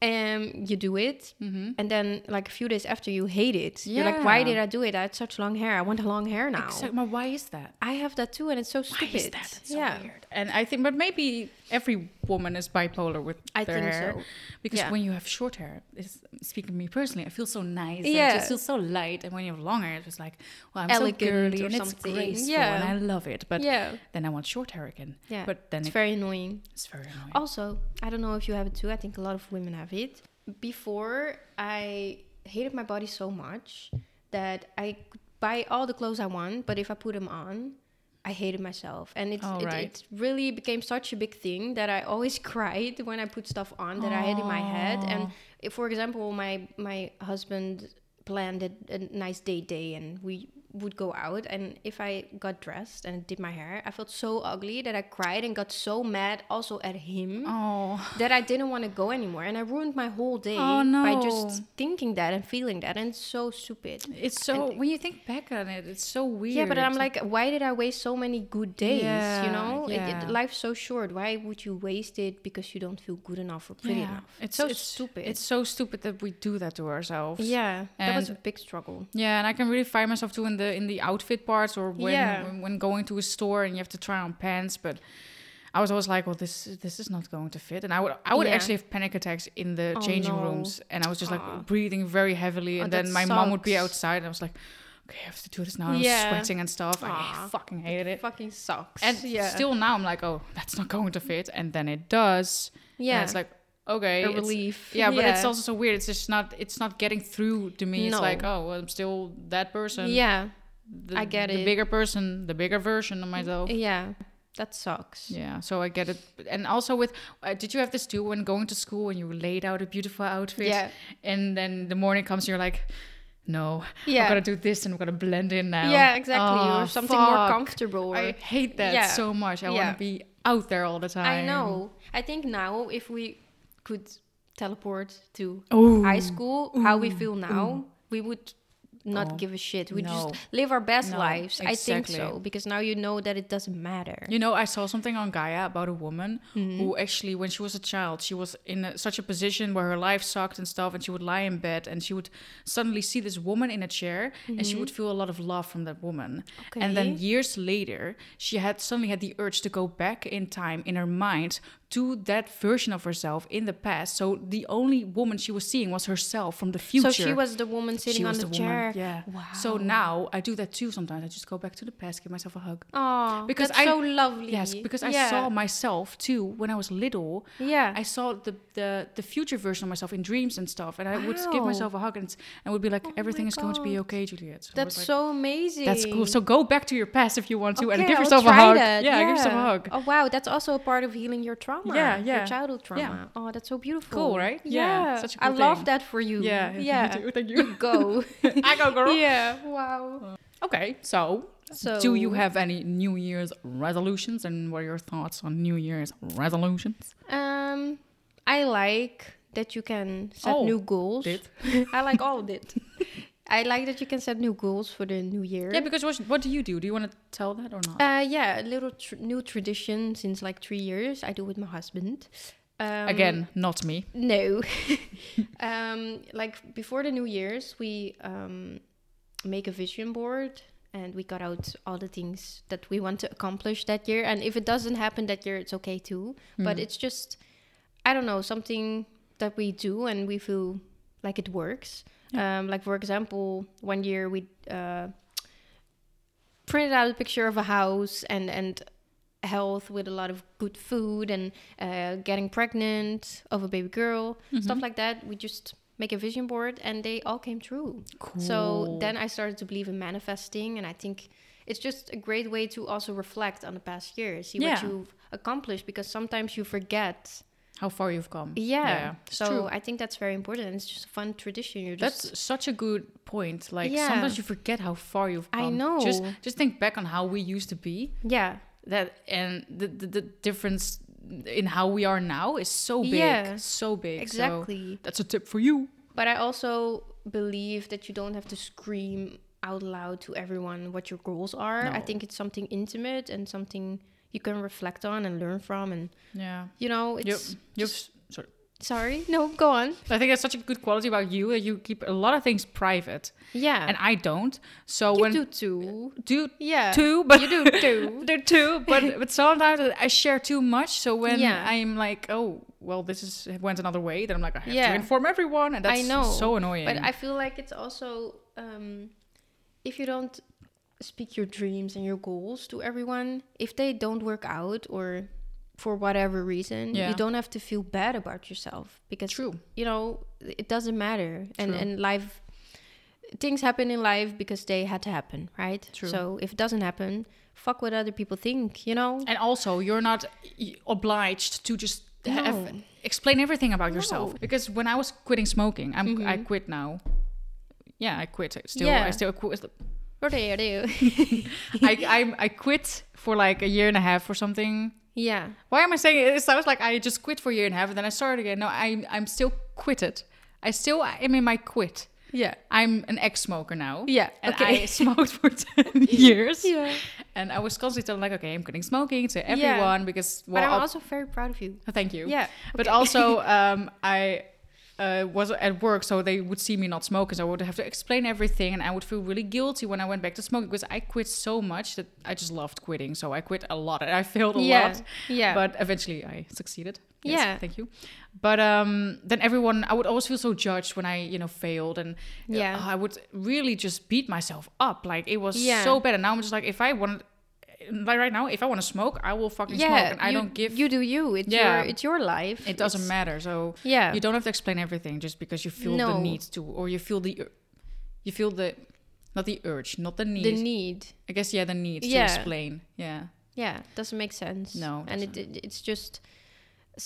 Speaker 1: Mm-hmm.
Speaker 2: um, you do it, and then like a few days after, you hate it. You're like,
Speaker 1: Yeah.
Speaker 2: why did I do it? I had such long hair. I want a long hair now.
Speaker 1: Exactly. But why is that?
Speaker 2: I have that too, and it's so
Speaker 1: Why
Speaker 2: stupid.
Speaker 1: is that? It's so
Speaker 2: yeah,
Speaker 1: weird. And I think, but maybe every woman is bipolar with
Speaker 2: I
Speaker 1: their
Speaker 2: think
Speaker 1: hair
Speaker 2: so.
Speaker 1: because
Speaker 2: Yeah.
Speaker 1: when you have short hair, it's, speaking to me personally, I feel so nice. and
Speaker 2: Yeah.
Speaker 1: it just feels so light. And when you have long hair, it's just like, well, I'm
Speaker 2: Elegant
Speaker 1: so girly
Speaker 2: or
Speaker 1: and it's
Speaker 2: something.
Speaker 1: graceful,
Speaker 2: Yeah.
Speaker 1: and I love it. But
Speaker 2: yeah,
Speaker 1: then I want short hair again.
Speaker 2: yeah.
Speaker 1: But then
Speaker 2: it's
Speaker 1: it-
Speaker 2: very annoying.
Speaker 1: it's very annoying.
Speaker 2: Also, I don't know if you have it too. I think a lot of women have it. Before, I hated my body so much that I could buy all the clothes I want, but if I put them on, I hated myself. And it,
Speaker 1: Oh,
Speaker 2: it,
Speaker 1: right.
Speaker 2: it really became such a big thing that I always cried when I put stuff on that I had in my head. And if, for example, my, my husband planned a, a nice date day and we would go out and if i got dressed and did my hair i felt so ugly that i cried and got so mad also at him
Speaker 1: Oh.
Speaker 2: that I didn't want to go anymore, and I ruined my whole day
Speaker 1: Oh,
Speaker 2: by
Speaker 1: no.
Speaker 2: just thinking that and feeling that, and it's so stupid.
Speaker 1: It's so when you think back on it, it's so weird.
Speaker 2: Yeah, but I'm like, why did I waste so many good days?
Speaker 1: Yeah,
Speaker 2: you know, It- it,
Speaker 1: yeah.
Speaker 2: life's so short. Why would you waste it because you don't feel good enough or pretty enough? It's so stupid.
Speaker 1: It's so stupid that we do that to ourselves.
Speaker 2: yeah, that was a
Speaker 1: and-
Speaker 2: big struggle.
Speaker 1: Yeah, and I can really find myself too in the in the outfit parts or when
Speaker 2: Yeah.
Speaker 1: when, when going to a store and you have to try on pants, but I was always like, well, this this is not going to fit, and I would I would
Speaker 2: Yeah.
Speaker 1: actually have panic attacks in the
Speaker 2: Oh,
Speaker 1: changing
Speaker 2: no.
Speaker 1: rooms, and I was just like
Speaker 2: Aw.
Speaker 1: breathing very heavily,
Speaker 2: Oh,
Speaker 1: and
Speaker 2: that
Speaker 1: then my mom would be
Speaker 2: sucks.
Speaker 1: outside, and I was like, okay, I have to do this now. and
Speaker 2: Yeah.
Speaker 1: I was sweating and stuff. I
Speaker 2: Aw.
Speaker 1: fucking hated it.
Speaker 2: Fucking sucks.
Speaker 1: And still now I'm like, oh, that's not going to fit, and then it does. And
Speaker 2: yeah,
Speaker 1: it's like, okay
Speaker 2: a
Speaker 1: it's-
Speaker 2: relief.
Speaker 1: yeah, but it's also so weird. It's just not. It's not getting through to me. It's
Speaker 2: No.
Speaker 1: like, oh, well, I'm still that person.
Speaker 2: yeah,
Speaker 1: the,
Speaker 2: I get
Speaker 1: the
Speaker 2: it.
Speaker 1: bigger person, the bigger version of myself.
Speaker 2: yeah, that sucks.
Speaker 1: Yeah, so I get it. And also with, uh, did you have this too when going to school and you laid out a beautiful outfit?
Speaker 2: Yeah.
Speaker 1: And then the morning comes, you're like, no,
Speaker 2: Yeah.
Speaker 1: I'm gonna do this and I'm gonna blend in now.
Speaker 2: Yeah, exactly.
Speaker 1: Oh,
Speaker 2: or something more
Speaker 1: fuck.
Speaker 2: comfortable. Or,
Speaker 1: I hate that
Speaker 2: Yeah.
Speaker 1: so much. I
Speaker 2: Yeah.
Speaker 1: want to be out there all the time.
Speaker 2: I know. I think now if we could teleport to
Speaker 1: Oh,
Speaker 2: high school, how we feel now, we would not
Speaker 1: Oh,
Speaker 2: give a shit. We
Speaker 1: no.
Speaker 2: just live our best
Speaker 1: No,
Speaker 2: lives.
Speaker 1: exactly.
Speaker 2: I think so because now you know that it doesn't matter.
Speaker 1: You know, I saw something on Gaia about a woman
Speaker 2: Mm-hmm.
Speaker 1: who actually, when she was a child, she was in a, such a position where her life sucked and stuff, and she would lie in bed and she would suddenly see this woman in a chair and she would feel a lot of love from that woman. And then
Speaker 2: Mm-hmm. Okay.
Speaker 1: years later, she had suddenly had the urge to go back in time in her mind to that version of herself in the past. So the only woman she was seeing was herself from the future.
Speaker 2: so she was the woman sitting
Speaker 1: She
Speaker 2: on
Speaker 1: was
Speaker 2: the,
Speaker 1: the
Speaker 2: chair.
Speaker 1: woman. Yeah.
Speaker 2: Wow.
Speaker 1: So now I do that too sometimes. I just go back to the past, give myself a hug.
Speaker 2: Oh,
Speaker 1: Because
Speaker 2: because
Speaker 1: I-
Speaker 2: that's so lovely.
Speaker 1: Yes, because I
Speaker 2: Yeah.
Speaker 1: saw myself too when I was little.
Speaker 2: Yeah.
Speaker 1: I saw the, the the future version of myself in dreams and stuff, and I would give
Speaker 2: Wow.
Speaker 1: myself a hug and, s- and would be like,
Speaker 2: Oh my
Speaker 1: "Everything is going to be
Speaker 2: God.
Speaker 1: okay, Juliet." So I was
Speaker 2: that's
Speaker 1: like,
Speaker 2: so amazing.
Speaker 1: That's cool. So go back to your past if you want to, and
Speaker 2: Okay,
Speaker 1: give
Speaker 2: I'll
Speaker 1: yourself a
Speaker 2: try
Speaker 1: hug.
Speaker 2: that.
Speaker 1: Yeah, give yourself a hug.
Speaker 2: Oh wow, that's also a part of healing your trauma.
Speaker 1: Yeah, yeah.
Speaker 2: Your childhood trauma. Oh, that's so beautiful.
Speaker 1: Cool, right? Yeah,
Speaker 2: Yeah.
Speaker 1: such a
Speaker 2: I
Speaker 1: cool thing.
Speaker 2: love that for you.
Speaker 1: Yeah,
Speaker 2: Yeah.
Speaker 1: me too. Thank you.
Speaker 2: Go.
Speaker 1: I go, girl.
Speaker 2: yeah. Wow.
Speaker 1: Okay, so.
Speaker 2: So
Speaker 1: Do you have any New Year's resolutions and what are your thoughts on New Year's resolutions?
Speaker 2: um I like that you can set
Speaker 1: Oh,
Speaker 2: new goals.
Speaker 1: Dit.
Speaker 2: I like all of it. I like that you can set new goals for the new year.
Speaker 1: Yeah, because what, what do you do? Do you want to tell that or not?
Speaker 2: Uh, yeah, a little tr- new tradition since like three years. I do with my husband. Um,
Speaker 1: Again, not me.
Speaker 2: No. um, like before the New Year's, we um, make a vision board and we cut out all the things that we want to accomplish that year. And if it doesn't happen that year, it's okay too. But it's just, I don't know, something that we do and we feel like it works. Um, like, for example, one year we. Uh, printed out a picture of a house and and health with a lot of good food and uh, getting pregnant of a baby girl
Speaker 1: Mm-hmm.
Speaker 2: stuff like that we just make a vision board and they all came true so
Speaker 1: Cool.
Speaker 2: then i started to believe in manifesting and i think it's just a great way to also reflect on the past year see what
Speaker 1: Yeah.
Speaker 2: you've accomplished because sometimes you forget
Speaker 1: How far you've come.
Speaker 2: yeah,
Speaker 1: it's
Speaker 2: so
Speaker 1: true.
Speaker 2: i think that's very important and it's just a fun tradition you're just
Speaker 1: That's such a good point. Like
Speaker 2: Yeah.
Speaker 1: sometimes you forget how far you've
Speaker 2: I
Speaker 1: come. Just
Speaker 2: know.
Speaker 1: just think back on how we used to be.
Speaker 2: yeah
Speaker 1: That and the the, the difference in how we are now is so big,
Speaker 2: Yeah.
Speaker 1: so big. So
Speaker 2: exactly
Speaker 1: that's a tip for you.
Speaker 2: But I also believe that you don't have to scream out loud to everyone what your goals are. I
Speaker 1: No.
Speaker 2: think it's something intimate and something you can reflect on and learn from. And
Speaker 1: Yeah.
Speaker 2: you know,
Speaker 1: Yep.
Speaker 2: it's
Speaker 1: Yep.
Speaker 2: just-
Speaker 1: Sorry.
Speaker 2: sorry. No, go on.
Speaker 1: I think that's such a good quality about you that you keep a lot of things private,
Speaker 2: Yeah,
Speaker 1: and I don't. So
Speaker 2: you
Speaker 1: when
Speaker 2: do too.
Speaker 1: do
Speaker 2: Yeah,
Speaker 1: too, but
Speaker 2: you do too.
Speaker 1: There too, but but sometimes I share too much. So when
Speaker 2: Yeah.
Speaker 1: I'm like, oh well, this is went another way, then I'm like, I have to
Speaker 2: Yeah.
Speaker 1: inform everyone, and
Speaker 2: I
Speaker 1: that's
Speaker 2: know,
Speaker 1: so annoying.
Speaker 2: But I feel like it's also um, if you don't speak your dreams and your goals to everyone, if they don't work out or for whatever reason,
Speaker 1: Yeah.
Speaker 2: you don't have to feel bad about yourself because
Speaker 1: True.
Speaker 2: you know it doesn't matter and
Speaker 1: True.
Speaker 2: and life things happen in life because they had to happen right
Speaker 1: True.
Speaker 2: so if it doesn't happen fuck what other people think you know
Speaker 1: And also, you're not y- obliged to just have,
Speaker 2: No.
Speaker 1: explain everything about yourself.
Speaker 2: No. Mm-hmm.
Speaker 1: Because when I was quitting smoking, I'm I quit now. Yeah, I quit. Still, I
Speaker 2: Yeah.
Speaker 1: still quit.
Speaker 2: what do you do
Speaker 1: I, I I quit for like a year and a half or something.
Speaker 2: yeah
Speaker 1: Why am I saying it? It sounds like I just quit for a year and a half and then I started again. No, I'm I'm still quitted. I still am in my quit.
Speaker 2: yeah
Speaker 1: I'm an ex-smoker now.
Speaker 2: Yeah,
Speaker 1: And
Speaker 2: okay.
Speaker 1: I smoked for 10 years.
Speaker 2: yeah
Speaker 1: And I was constantly telling like, okay, I'm quitting smoking to everyone because
Speaker 2: but
Speaker 1: well
Speaker 2: i'm
Speaker 1: I'll-
Speaker 2: also very proud of you
Speaker 1: Oh, thank you.
Speaker 2: yeah
Speaker 1: But
Speaker 2: okay.
Speaker 1: also um I uh, was at work, so they would see me not smoking. So I would have to explain everything, and I would feel really guilty when I went back to smoking because I quit so much that I just loved quitting. So I quit a lot, and I failed a
Speaker 2: yeah
Speaker 1: lot
Speaker 2: yeah
Speaker 1: but eventually I succeeded. Yes,
Speaker 2: Yeah.
Speaker 1: thank you. But um, then everyone, I would always feel so judged when I, you know, failed, and uh,
Speaker 2: Yeah.
Speaker 1: I would really just beat myself up. Like it was
Speaker 2: Yeah.
Speaker 1: so bad, and now I'm just like, if I wanted, like right now, if I want to smoke, I will fucking smoke, and I
Speaker 2: you-
Speaker 1: don't give.
Speaker 2: You do you. It's
Speaker 1: Yeah.
Speaker 2: your it's your life.
Speaker 1: it doesn't
Speaker 2: It's-
Speaker 1: matter. So
Speaker 2: Yeah.
Speaker 1: you don't have to explain everything just because you feel the
Speaker 2: No.
Speaker 1: need to, or you feel the, ur- you feel the, not the urge, not the need.
Speaker 2: the need.
Speaker 1: I guess yeah, the need
Speaker 2: Yeah.
Speaker 1: to explain. Yeah,
Speaker 2: Yeah, doesn't make sense.
Speaker 1: No, it
Speaker 2: and it, it it's just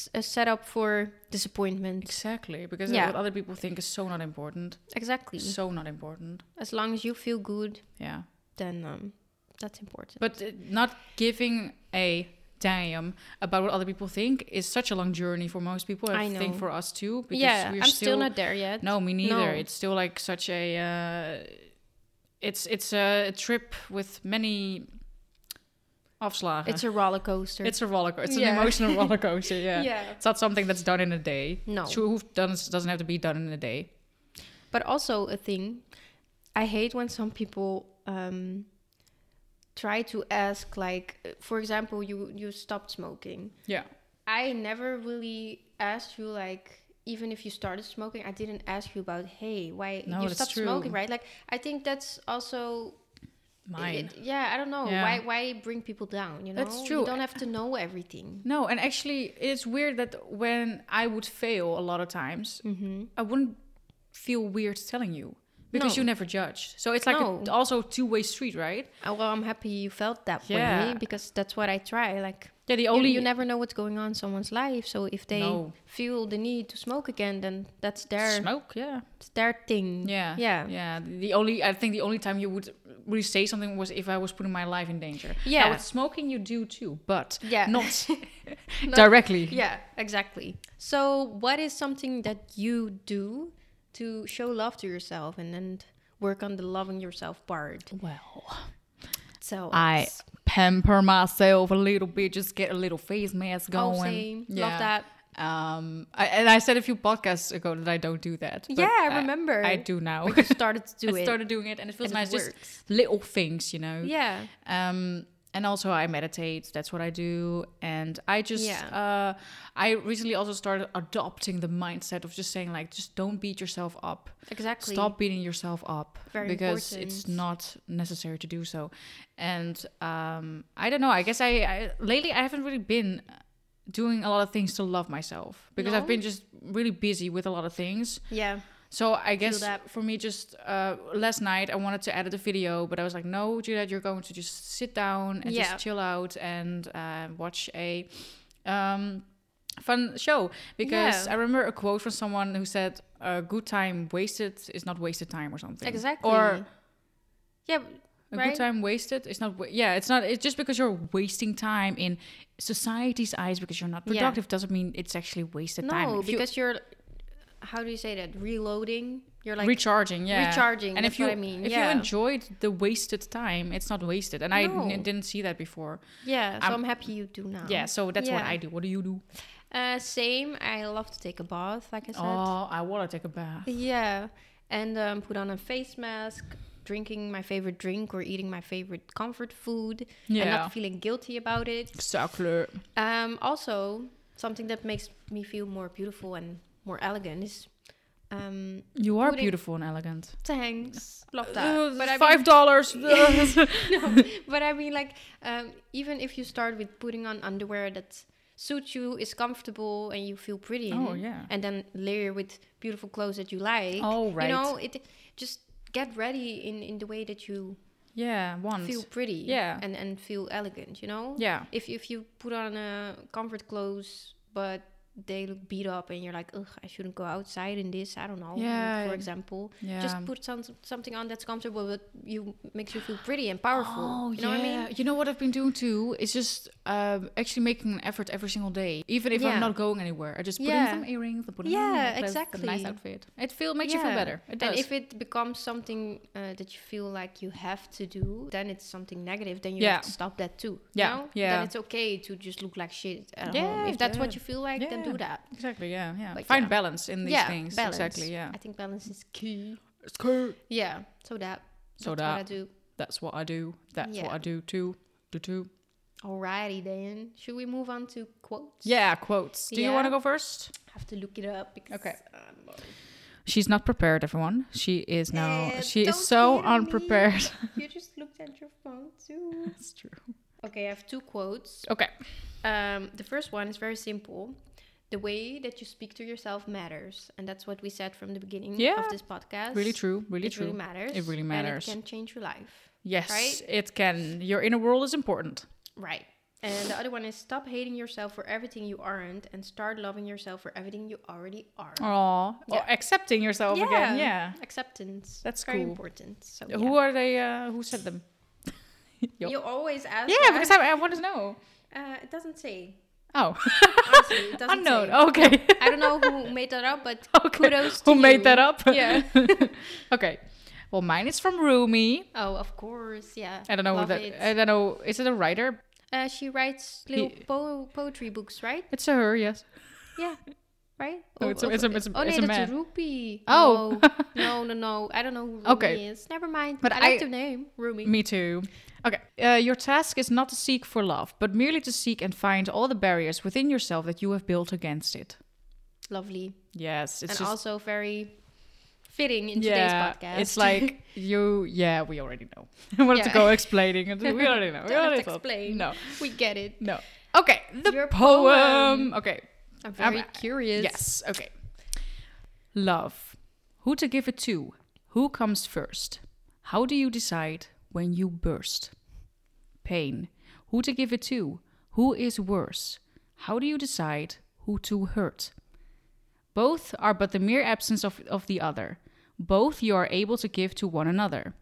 Speaker 2: s- a setup for disappointment.
Speaker 1: exactly. Because
Speaker 2: Yeah.
Speaker 1: what other people think is so not important.
Speaker 2: Exactly.
Speaker 1: So not important.
Speaker 2: As long as you feel good,
Speaker 1: Yeah.
Speaker 2: then um, that's important.
Speaker 1: But uh, not giving a damn about what other people think is such a long journey for most people. I,
Speaker 2: I
Speaker 1: think
Speaker 2: know.
Speaker 1: for us too. Because
Speaker 2: yeah,
Speaker 1: we're
Speaker 2: I'm still, not there yet.
Speaker 1: No, me neither.
Speaker 2: No.
Speaker 1: It's still like such a. Uh, it's it's a trip with many. Afslagen.
Speaker 2: It's a roller coaster.
Speaker 1: uh, It's a roller. co- It's an
Speaker 2: Yeah.
Speaker 1: emotional roller coaster. Yeah.
Speaker 2: Yeah.
Speaker 1: It's not something that's done in a day.
Speaker 2: No.
Speaker 1: True, doesn't doesn't have to be done in a day.
Speaker 2: but also a thing. I hate when some people um, try to ask, like, uh, for example, you you stopped smoking.
Speaker 1: Yeah.
Speaker 2: I never really asked you like even if you started smoking, I didn't ask you about hey why
Speaker 1: No,
Speaker 2: you
Speaker 1: that's
Speaker 2: stopped
Speaker 1: true.
Speaker 2: smoking, right? Like I think that's also
Speaker 1: Mine.
Speaker 2: it- yeah, I don't know
Speaker 1: Yeah.
Speaker 2: why why bring people down. You know,
Speaker 1: That's
Speaker 2: You
Speaker 1: true.
Speaker 2: don't have to know everything.
Speaker 1: No, and actually, it's weird that when I would fail a lot of times, I wouldn't feel weird telling you because
Speaker 2: Mm-hmm. No.
Speaker 1: you never judged. So it's like a-
Speaker 2: No.
Speaker 1: also two way street, right?
Speaker 2: Uh, well, I'm happy you felt that
Speaker 1: Yeah.
Speaker 2: way because that's what I try. Like
Speaker 1: Yeah. The
Speaker 2: you-
Speaker 1: only
Speaker 2: you, never know what's going on in someone's life, so if they
Speaker 1: No.
Speaker 2: feel the need to smoke again, then that's their
Speaker 1: smoke. Yeah.
Speaker 2: it's their thing.
Speaker 1: Yeah.
Speaker 2: yeah,
Speaker 1: Yeah. The only I think the only time you would really say something was if I was putting my life in danger.
Speaker 2: Yeah.
Speaker 1: Now, with smoking you do too, but
Speaker 2: Yeah.
Speaker 1: not
Speaker 2: Not-
Speaker 1: directly.
Speaker 2: Yeah, exactly. So, what is something that you do to show love to yourself and and work on the loving yourself part?
Speaker 1: Well,
Speaker 2: So,
Speaker 1: I
Speaker 2: it's-
Speaker 1: pamper myself a little bit, just get a little face mask
Speaker 2: oh,
Speaker 1: going.
Speaker 2: same. love that.
Speaker 1: Um, I, and I said a few podcasts ago that I don't do that. but
Speaker 2: Yeah, I remember.
Speaker 1: I do now.
Speaker 2: But you started to do
Speaker 1: I
Speaker 2: it.
Speaker 1: started doing it, and it feels
Speaker 2: And
Speaker 1: nice.
Speaker 2: it works.
Speaker 1: Just little things, you know.
Speaker 2: yeah,
Speaker 1: Um, and also I meditate. That's what I do. And I just,
Speaker 2: Yeah.
Speaker 1: uh, I recently also started adopting the mindset of just saying like, just don't beat yourself up.
Speaker 2: exactly.
Speaker 1: Stop beating yourself up
Speaker 2: Very
Speaker 1: because it's
Speaker 2: important.
Speaker 1: not necessary to do so. And um, I don't know. I guess I, I lately I haven't really been doing a lot of things to love myself because I've
Speaker 2: No?
Speaker 1: been just really busy with a lot of things.
Speaker 2: Yeah,
Speaker 1: So I guess
Speaker 2: that.
Speaker 1: for me, just uh, last night I wanted to edit a video, but I was like, no, Juliet, you're going to just sit down and
Speaker 2: Yeah.
Speaker 1: just chill out and uh, watch a um, fun show. Because
Speaker 2: Yeah.
Speaker 1: I remember a quote from someone who said, "A good time wasted is not wasted time," or something.
Speaker 2: exactly.
Speaker 1: Or a
Speaker 2: yeah, right?
Speaker 1: good time wasted is not. Wa- yeah, it's not. It's just because you're wasting time in society's eyes because you're not
Speaker 2: Yeah.
Speaker 1: productive doesn't mean it's actually wasted time.
Speaker 2: no,
Speaker 1: If you-
Speaker 2: because you, are how do you say that? Reloading. You're like
Speaker 1: recharging yeah
Speaker 2: recharging,
Speaker 1: and
Speaker 2: that's
Speaker 1: if you
Speaker 2: what I mean,
Speaker 1: if
Speaker 2: yeah.
Speaker 1: you enjoyed the wasted time it's not wasted and I n-
Speaker 2: No.
Speaker 1: didn't see that before
Speaker 2: yeah. So I'm,
Speaker 1: I'm-
Speaker 2: happy you do now.
Speaker 1: yeah so that's what
Speaker 2: Yeah.
Speaker 1: i do what do you do
Speaker 2: Uh, same. I love to take a bath, like I said.
Speaker 1: oh i want to take a bath
Speaker 2: Yeah, and um, put on a face mask, drinking my favorite drink or eating my favorite comfort food, and
Speaker 1: Yeah.
Speaker 2: not feeling guilty about it.
Speaker 1: Suckler.
Speaker 2: Um, also, something that makes me feel more beautiful and more elegant is um,
Speaker 1: you are
Speaker 2: Putting-
Speaker 1: beautiful and elegant
Speaker 2: thanks, love
Speaker 1: Uh,
Speaker 2: that. But I mean,
Speaker 1: five dollars
Speaker 2: no, but I mean, like, um, even if you start with putting on underwear that suits you, is comfortable, and you feel pretty, in
Speaker 1: Oh,
Speaker 2: it,
Speaker 1: yeah.
Speaker 2: and then layer with beautiful clothes that you like.
Speaker 1: Oh, right.
Speaker 2: You know, it just get ready in in the way that you
Speaker 1: yeah once
Speaker 2: feel pretty.
Speaker 1: Yeah.
Speaker 2: and and feel elegant. You know.
Speaker 1: yeah
Speaker 2: If if you put on uh, comfort clothes, but they look beat up, and you're like, ugh, I shouldn't go outside in this. I don't know. um,
Speaker 1: Yeah.
Speaker 2: For example,
Speaker 1: yeah
Speaker 2: just put some, something on that's comfortable but you makes you feel pretty and powerful you know what i mean
Speaker 1: Oh, You know what I've been doing too is just um, actually making an effort every single day, even if
Speaker 2: Yeah.
Speaker 1: I'm not going anywhere. I just put
Speaker 2: Yeah.
Speaker 1: in some earrings, I put in
Speaker 2: Yeah,
Speaker 1: a necklace, a nice
Speaker 2: exactly.
Speaker 1: outfit. It feel makes you feel
Speaker 2: Yeah.
Speaker 1: better. It does.
Speaker 2: and if it becomes something uh, that you feel like you have to do then it's something negative then you
Speaker 1: Yeah.
Speaker 2: have to stop that too
Speaker 1: Yeah,
Speaker 2: you know?
Speaker 1: yeah.
Speaker 2: then it's okay to just look like shit at
Speaker 1: Yeah,
Speaker 2: home if that's
Speaker 1: yeah.
Speaker 2: what you feel like then
Speaker 1: Yeah.
Speaker 2: do that
Speaker 1: Exactly. Yeah. Yeah.
Speaker 2: But
Speaker 1: Find
Speaker 2: yeah.
Speaker 1: balance in these
Speaker 2: yeah
Speaker 1: things.
Speaker 2: balance.
Speaker 1: Exactly. Yeah.
Speaker 2: i think balance is key
Speaker 1: It's cool.
Speaker 2: yeah so that
Speaker 1: So
Speaker 2: that's what i
Speaker 1: that
Speaker 2: do
Speaker 1: that's what I do. That's what I
Speaker 2: Yeah.
Speaker 1: do too. Do too.
Speaker 2: alrighty then should we move on to quotes
Speaker 1: Yeah. Quotes. Do you
Speaker 2: Yeah.
Speaker 1: want to go first?
Speaker 2: have to look it up because
Speaker 1: Okay.
Speaker 2: um,
Speaker 1: She's not prepared, everyone. She is now.
Speaker 2: Eh,
Speaker 1: she
Speaker 2: don't
Speaker 1: is so
Speaker 2: hate on me.
Speaker 1: unprepared.
Speaker 2: you just looked at your phone too
Speaker 1: that's true.
Speaker 2: Okay, I have two quotes.
Speaker 1: Okay.
Speaker 2: Um, the first one is very simple. The way that you speak to yourself matters, and that's what we said from the beginning
Speaker 1: Yeah.
Speaker 2: of this podcast.
Speaker 1: Really true. Really
Speaker 2: it
Speaker 1: true.
Speaker 2: really matters.
Speaker 1: It really matters.
Speaker 2: And it can change your life.
Speaker 1: yes,
Speaker 2: right?
Speaker 1: it can. Your inner world is important.
Speaker 2: Right. And the other one is stop hating yourself for everything you aren't and start loving yourself for everything you already are.
Speaker 1: Aw. Or
Speaker 2: Yeah.
Speaker 1: accepting yourself again. Yeah.
Speaker 2: Acceptance.
Speaker 1: That's
Speaker 2: very
Speaker 1: cool.
Speaker 2: important. So
Speaker 1: Who
Speaker 2: yeah.
Speaker 1: are they? Uh, who said them? Yo.
Speaker 2: you always ask.
Speaker 1: yeah,
Speaker 2: that.
Speaker 1: because I, I want to know.
Speaker 2: uh, it doesn't say.
Speaker 1: Oh,
Speaker 2: Honestly, it doesn't
Speaker 1: unknown.
Speaker 2: say.
Speaker 1: Okay.
Speaker 2: I don't know who made that up, but
Speaker 1: okay.
Speaker 2: kudos to
Speaker 1: Who made
Speaker 2: you.
Speaker 1: that up?
Speaker 2: Yeah.
Speaker 1: okay. Well, mine is from Rumi.
Speaker 2: Oh, of course, yeah.
Speaker 1: I don't know
Speaker 2: Love
Speaker 1: that.
Speaker 2: it.
Speaker 1: I don't know. Is it a writer?
Speaker 2: Uh, she writes little
Speaker 1: He-
Speaker 2: po- poetry books, right?
Speaker 1: It's a her. Yes.
Speaker 2: Yeah, right.
Speaker 1: No, it's a- it's a- it's a-
Speaker 2: oh,
Speaker 1: it's
Speaker 2: no,
Speaker 1: a man.
Speaker 2: that's Rupee.
Speaker 1: Oh.
Speaker 2: no, no, no, no. I don't know who Rumi
Speaker 1: Okay.
Speaker 2: is. Never mind.
Speaker 1: But
Speaker 2: I like
Speaker 1: I- Mm.
Speaker 2: the name Rumi.
Speaker 1: Me too. Okay. Uh, your task is not to seek for love, but merely to seek and find all the barriers within yourself that you have built against it.
Speaker 2: Lovely,
Speaker 1: Yes, it's
Speaker 2: and
Speaker 1: just
Speaker 2: also very fitting in
Speaker 1: yeah.
Speaker 2: today's podcast.
Speaker 1: It's like you. Yeah, we already know. I wanted to
Speaker 2: Yeah.
Speaker 1: go explaining. it. We already know.
Speaker 2: Don't
Speaker 1: we
Speaker 2: have
Speaker 1: already
Speaker 2: to
Speaker 1: thought.
Speaker 2: explain.
Speaker 1: No,
Speaker 2: we get it.
Speaker 1: no. Okay, the
Speaker 2: Your
Speaker 1: poem.
Speaker 2: poem.
Speaker 1: Okay.
Speaker 2: I'm
Speaker 1: I'm-
Speaker 2: very curious.
Speaker 1: Yes. Okay. Love. Who to give it to? Who comes first? How do you decide when you burst? Pain. Who to give it to? Who is worse? How do you decide who to hurt? Both are but the mere absence of, of the other. Both you are able to give to one another.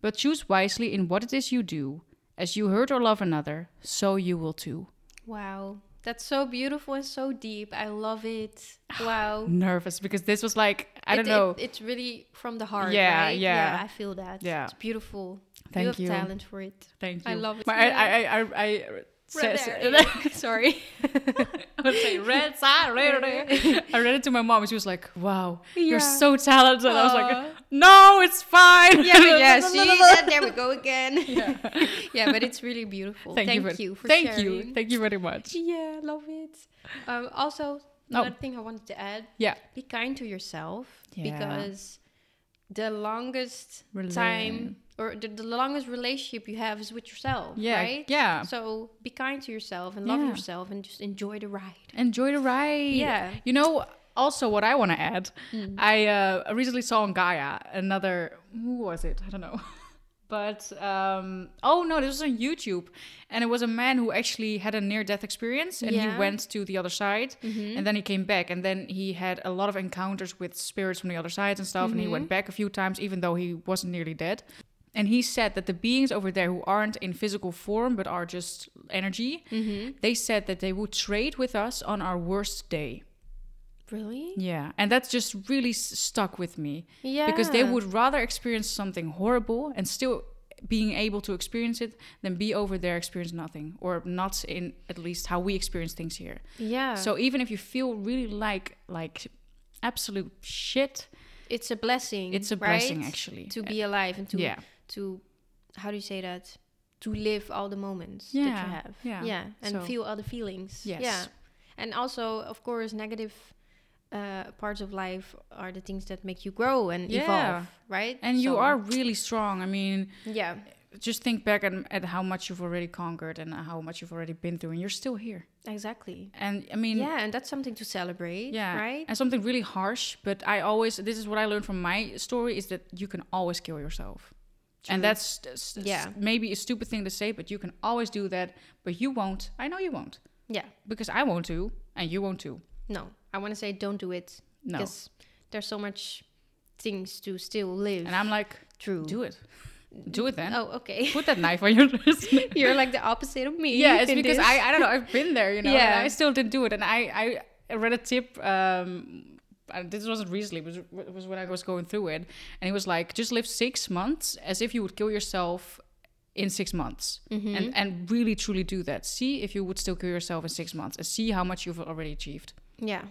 Speaker 1: But choose wisely in what it is you do. As you hurt or love another, so you will too.
Speaker 2: Wow, that's so beautiful and so deep. I love it. Wow.
Speaker 1: Nervous because this was like, I
Speaker 2: It-
Speaker 1: don't
Speaker 2: it-
Speaker 1: know.
Speaker 2: it's really from the heart.
Speaker 1: Yeah,
Speaker 2: right?
Speaker 1: yeah.
Speaker 2: I feel that.
Speaker 1: Yeah.
Speaker 2: It's beautiful.
Speaker 1: Thank
Speaker 2: you have
Speaker 1: you.
Speaker 2: talent for it.
Speaker 1: Thank you.
Speaker 2: I love it.
Speaker 1: But
Speaker 2: Yeah.
Speaker 1: I, I, I, I, I
Speaker 2: Red
Speaker 1: says-
Speaker 2: area. Sorry.
Speaker 1: I would say red side, red area. I read it to my mom, and she was like, "Wow,
Speaker 2: Yeah.
Speaker 1: you're so talented." I was
Speaker 2: Aw.
Speaker 1: like, "No, it's fine."
Speaker 2: yeah, yeah. See that? There we go again. Yeah. but it's really beautiful.
Speaker 1: Thank, you, for,
Speaker 2: for
Speaker 1: thank you,
Speaker 2: sharing.
Speaker 1: thank you very much.
Speaker 2: Yeah, love it. Um, also,
Speaker 1: No.
Speaker 2: another thing I wanted to add:
Speaker 1: Yeah,
Speaker 2: be kind to yourself
Speaker 1: Yeah.
Speaker 2: because the longest
Speaker 1: Relate.
Speaker 2: time or the, the longest relationship you have is with yourself.
Speaker 1: yeah,
Speaker 2: Right?
Speaker 1: yeah.
Speaker 2: So be kind to yourself and love
Speaker 1: Yeah.
Speaker 2: yourself and just enjoy the ride.
Speaker 1: Enjoy the ride.
Speaker 2: Yeah. Mm.
Speaker 1: you know. Also, what I want to add, I uh, recently saw on Gaia another. Who was it? I don't know. But um, oh no, this was on YouTube, and it was a man who actually had a near-death experience, and
Speaker 2: Yeah. Mm-hmm.
Speaker 1: he went to the other side, and then he came back, and then he had a lot of encounters with spirits from the other side and stuff, and he
Speaker 2: Mm-hmm.
Speaker 1: went back a few times, even though he wasn't nearly dead. And he said that the beings over there who aren't in physical form but are just energy,
Speaker 2: Mm-hmm.
Speaker 1: they said that they would trade with us on our worst day.
Speaker 2: Really?
Speaker 1: Yeah, and that's just really s- stuck with me.
Speaker 2: Yeah.
Speaker 1: Because they would rather experience something horrible and still being able to experience it than be over there experience nothing or not in at least how we experience things here.
Speaker 2: Yeah.
Speaker 1: So even if you feel really like like absolute shit,
Speaker 2: it's a blessing.
Speaker 1: it's a
Speaker 2: right?
Speaker 1: blessing actually. Uh,
Speaker 2: to be alive and to
Speaker 1: yeah.
Speaker 2: to how do you say that to live all the moments that
Speaker 1: Yeah,
Speaker 2: you have
Speaker 1: yeah.
Speaker 2: and
Speaker 1: So-
Speaker 2: feel all the feelings
Speaker 1: Yes.
Speaker 2: yeah and also of course negative uh, parts of life are the things that make you grow and
Speaker 1: Yeah.
Speaker 2: evolve right
Speaker 1: And you
Speaker 2: So,
Speaker 1: are really strong. I mean,
Speaker 2: yeah
Speaker 1: just think back at, at how much you've already conquered and how much you've already been through, and you're still here.
Speaker 2: exactly
Speaker 1: And I mean,
Speaker 2: yeah and that's something to celebrate
Speaker 1: yeah
Speaker 2: right
Speaker 1: and something really harsh but i always this is what i learned from my story is that you can always kill yourself and
Speaker 2: True.
Speaker 1: that's that's- that's
Speaker 2: Yeah.
Speaker 1: maybe a stupid thing to say but you can always do that but you won't i know you won't
Speaker 2: yeah
Speaker 1: because i won't to and you won't to
Speaker 2: no i want to say don't do it
Speaker 1: no
Speaker 2: because there's so much things to still live
Speaker 1: and i'm like
Speaker 2: true
Speaker 1: do it do it then
Speaker 2: oh okay
Speaker 1: put that knife on your wrist
Speaker 2: you're like the opposite of me
Speaker 1: yeah it's
Speaker 2: in
Speaker 1: because
Speaker 2: this.
Speaker 1: i i don't know i've been there you know and
Speaker 2: Yeah.
Speaker 1: i still didn't do it and i i read a tip um and this wasn't recently it was, it was when i was going through it and it was like just live six months as if you would kill yourself in six months and and really truly do that see if you would still kill yourself in six months and see how much you've already achieved
Speaker 2: yeah
Speaker 1: Uh,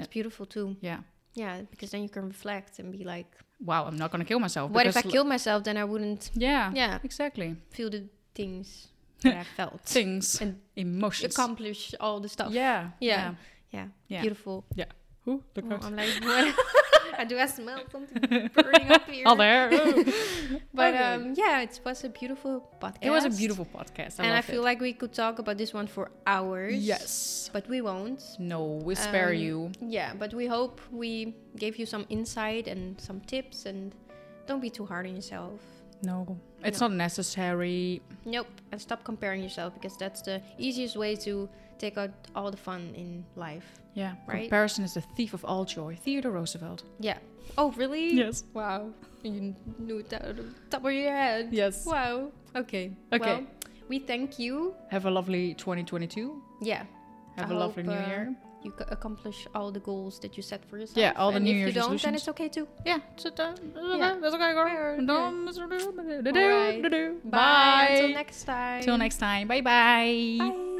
Speaker 2: that's beautiful too
Speaker 1: yeah
Speaker 2: Yeah, because then you can reflect and be like,
Speaker 1: wow i'm not gonna kill myself
Speaker 2: what if I
Speaker 1: because l-
Speaker 2: killed myself? Then I wouldn't,
Speaker 1: yeah
Speaker 2: yeah,
Speaker 1: exactly
Speaker 2: feel the things that I felt,
Speaker 1: things and
Speaker 2: And
Speaker 1: emotions
Speaker 2: accomplish all the stuff.
Speaker 1: yeah
Speaker 2: Yeah.
Speaker 1: yeah
Speaker 2: yeah,
Speaker 1: Yeah.
Speaker 2: beautiful.
Speaker 1: yeah who
Speaker 2: Oh, I'm like, what? yeah, do I smell something burning up here?
Speaker 1: Oh, there.
Speaker 2: But
Speaker 1: Okay.
Speaker 2: um, yeah, it was a beautiful podcast.
Speaker 1: it was a beautiful podcast. I
Speaker 2: and I
Speaker 1: loved
Speaker 2: feel
Speaker 1: it.
Speaker 2: like we could talk about this one for hours.
Speaker 1: yes.
Speaker 2: But we won't.
Speaker 1: No, we spare
Speaker 2: Um,
Speaker 1: you.
Speaker 2: Yeah, but we hope we gave you some insight and some tips and don't be too hard on yourself.
Speaker 1: No, it's
Speaker 2: no.
Speaker 1: not necessary.
Speaker 2: Nope. And stop comparing yourself because that's the easiest way to take out all the fun in life.
Speaker 1: Yeah,
Speaker 2: Right?
Speaker 1: comparison is the thief of all joy. Theodore Roosevelt.
Speaker 2: Yeah. Oh, really?
Speaker 1: Yes.
Speaker 2: Wow. You knew it out of the top of your head.
Speaker 1: Yes.
Speaker 2: Wow. Okay.
Speaker 1: Okay.
Speaker 2: Well, we thank you.
Speaker 1: Have a lovely 2022.
Speaker 2: Yeah.
Speaker 1: Have
Speaker 2: I
Speaker 1: a lovely
Speaker 2: hope,
Speaker 1: New
Speaker 2: uh,
Speaker 1: Year.
Speaker 2: You c- accomplish all the goals that you set for yourself.
Speaker 1: Yeah, all the
Speaker 2: and
Speaker 1: New
Speaker 2: if
Speaker 1: Year's
Speaker 2: you don't, then
Speaker 1: resolutions.
Speaker 2: it's okay too.
Speaker 1: Yeah,
Speaker 2: Yeah.
Speaker 1: that's okay,
Speaker 2: Yeah,
Speaker 1: girl.
Speaker 2: yeah.
Speaker 1: Don't miss- do- do- do-
Speaker 2: Alright.
Speaker 1: do- do.
Speaker 2: Bye. Until
Speaker 1: Bye.
Speaker 2: next time.
Speaker 1: Till next time. Bye-bye.
Speaker 2: Bye.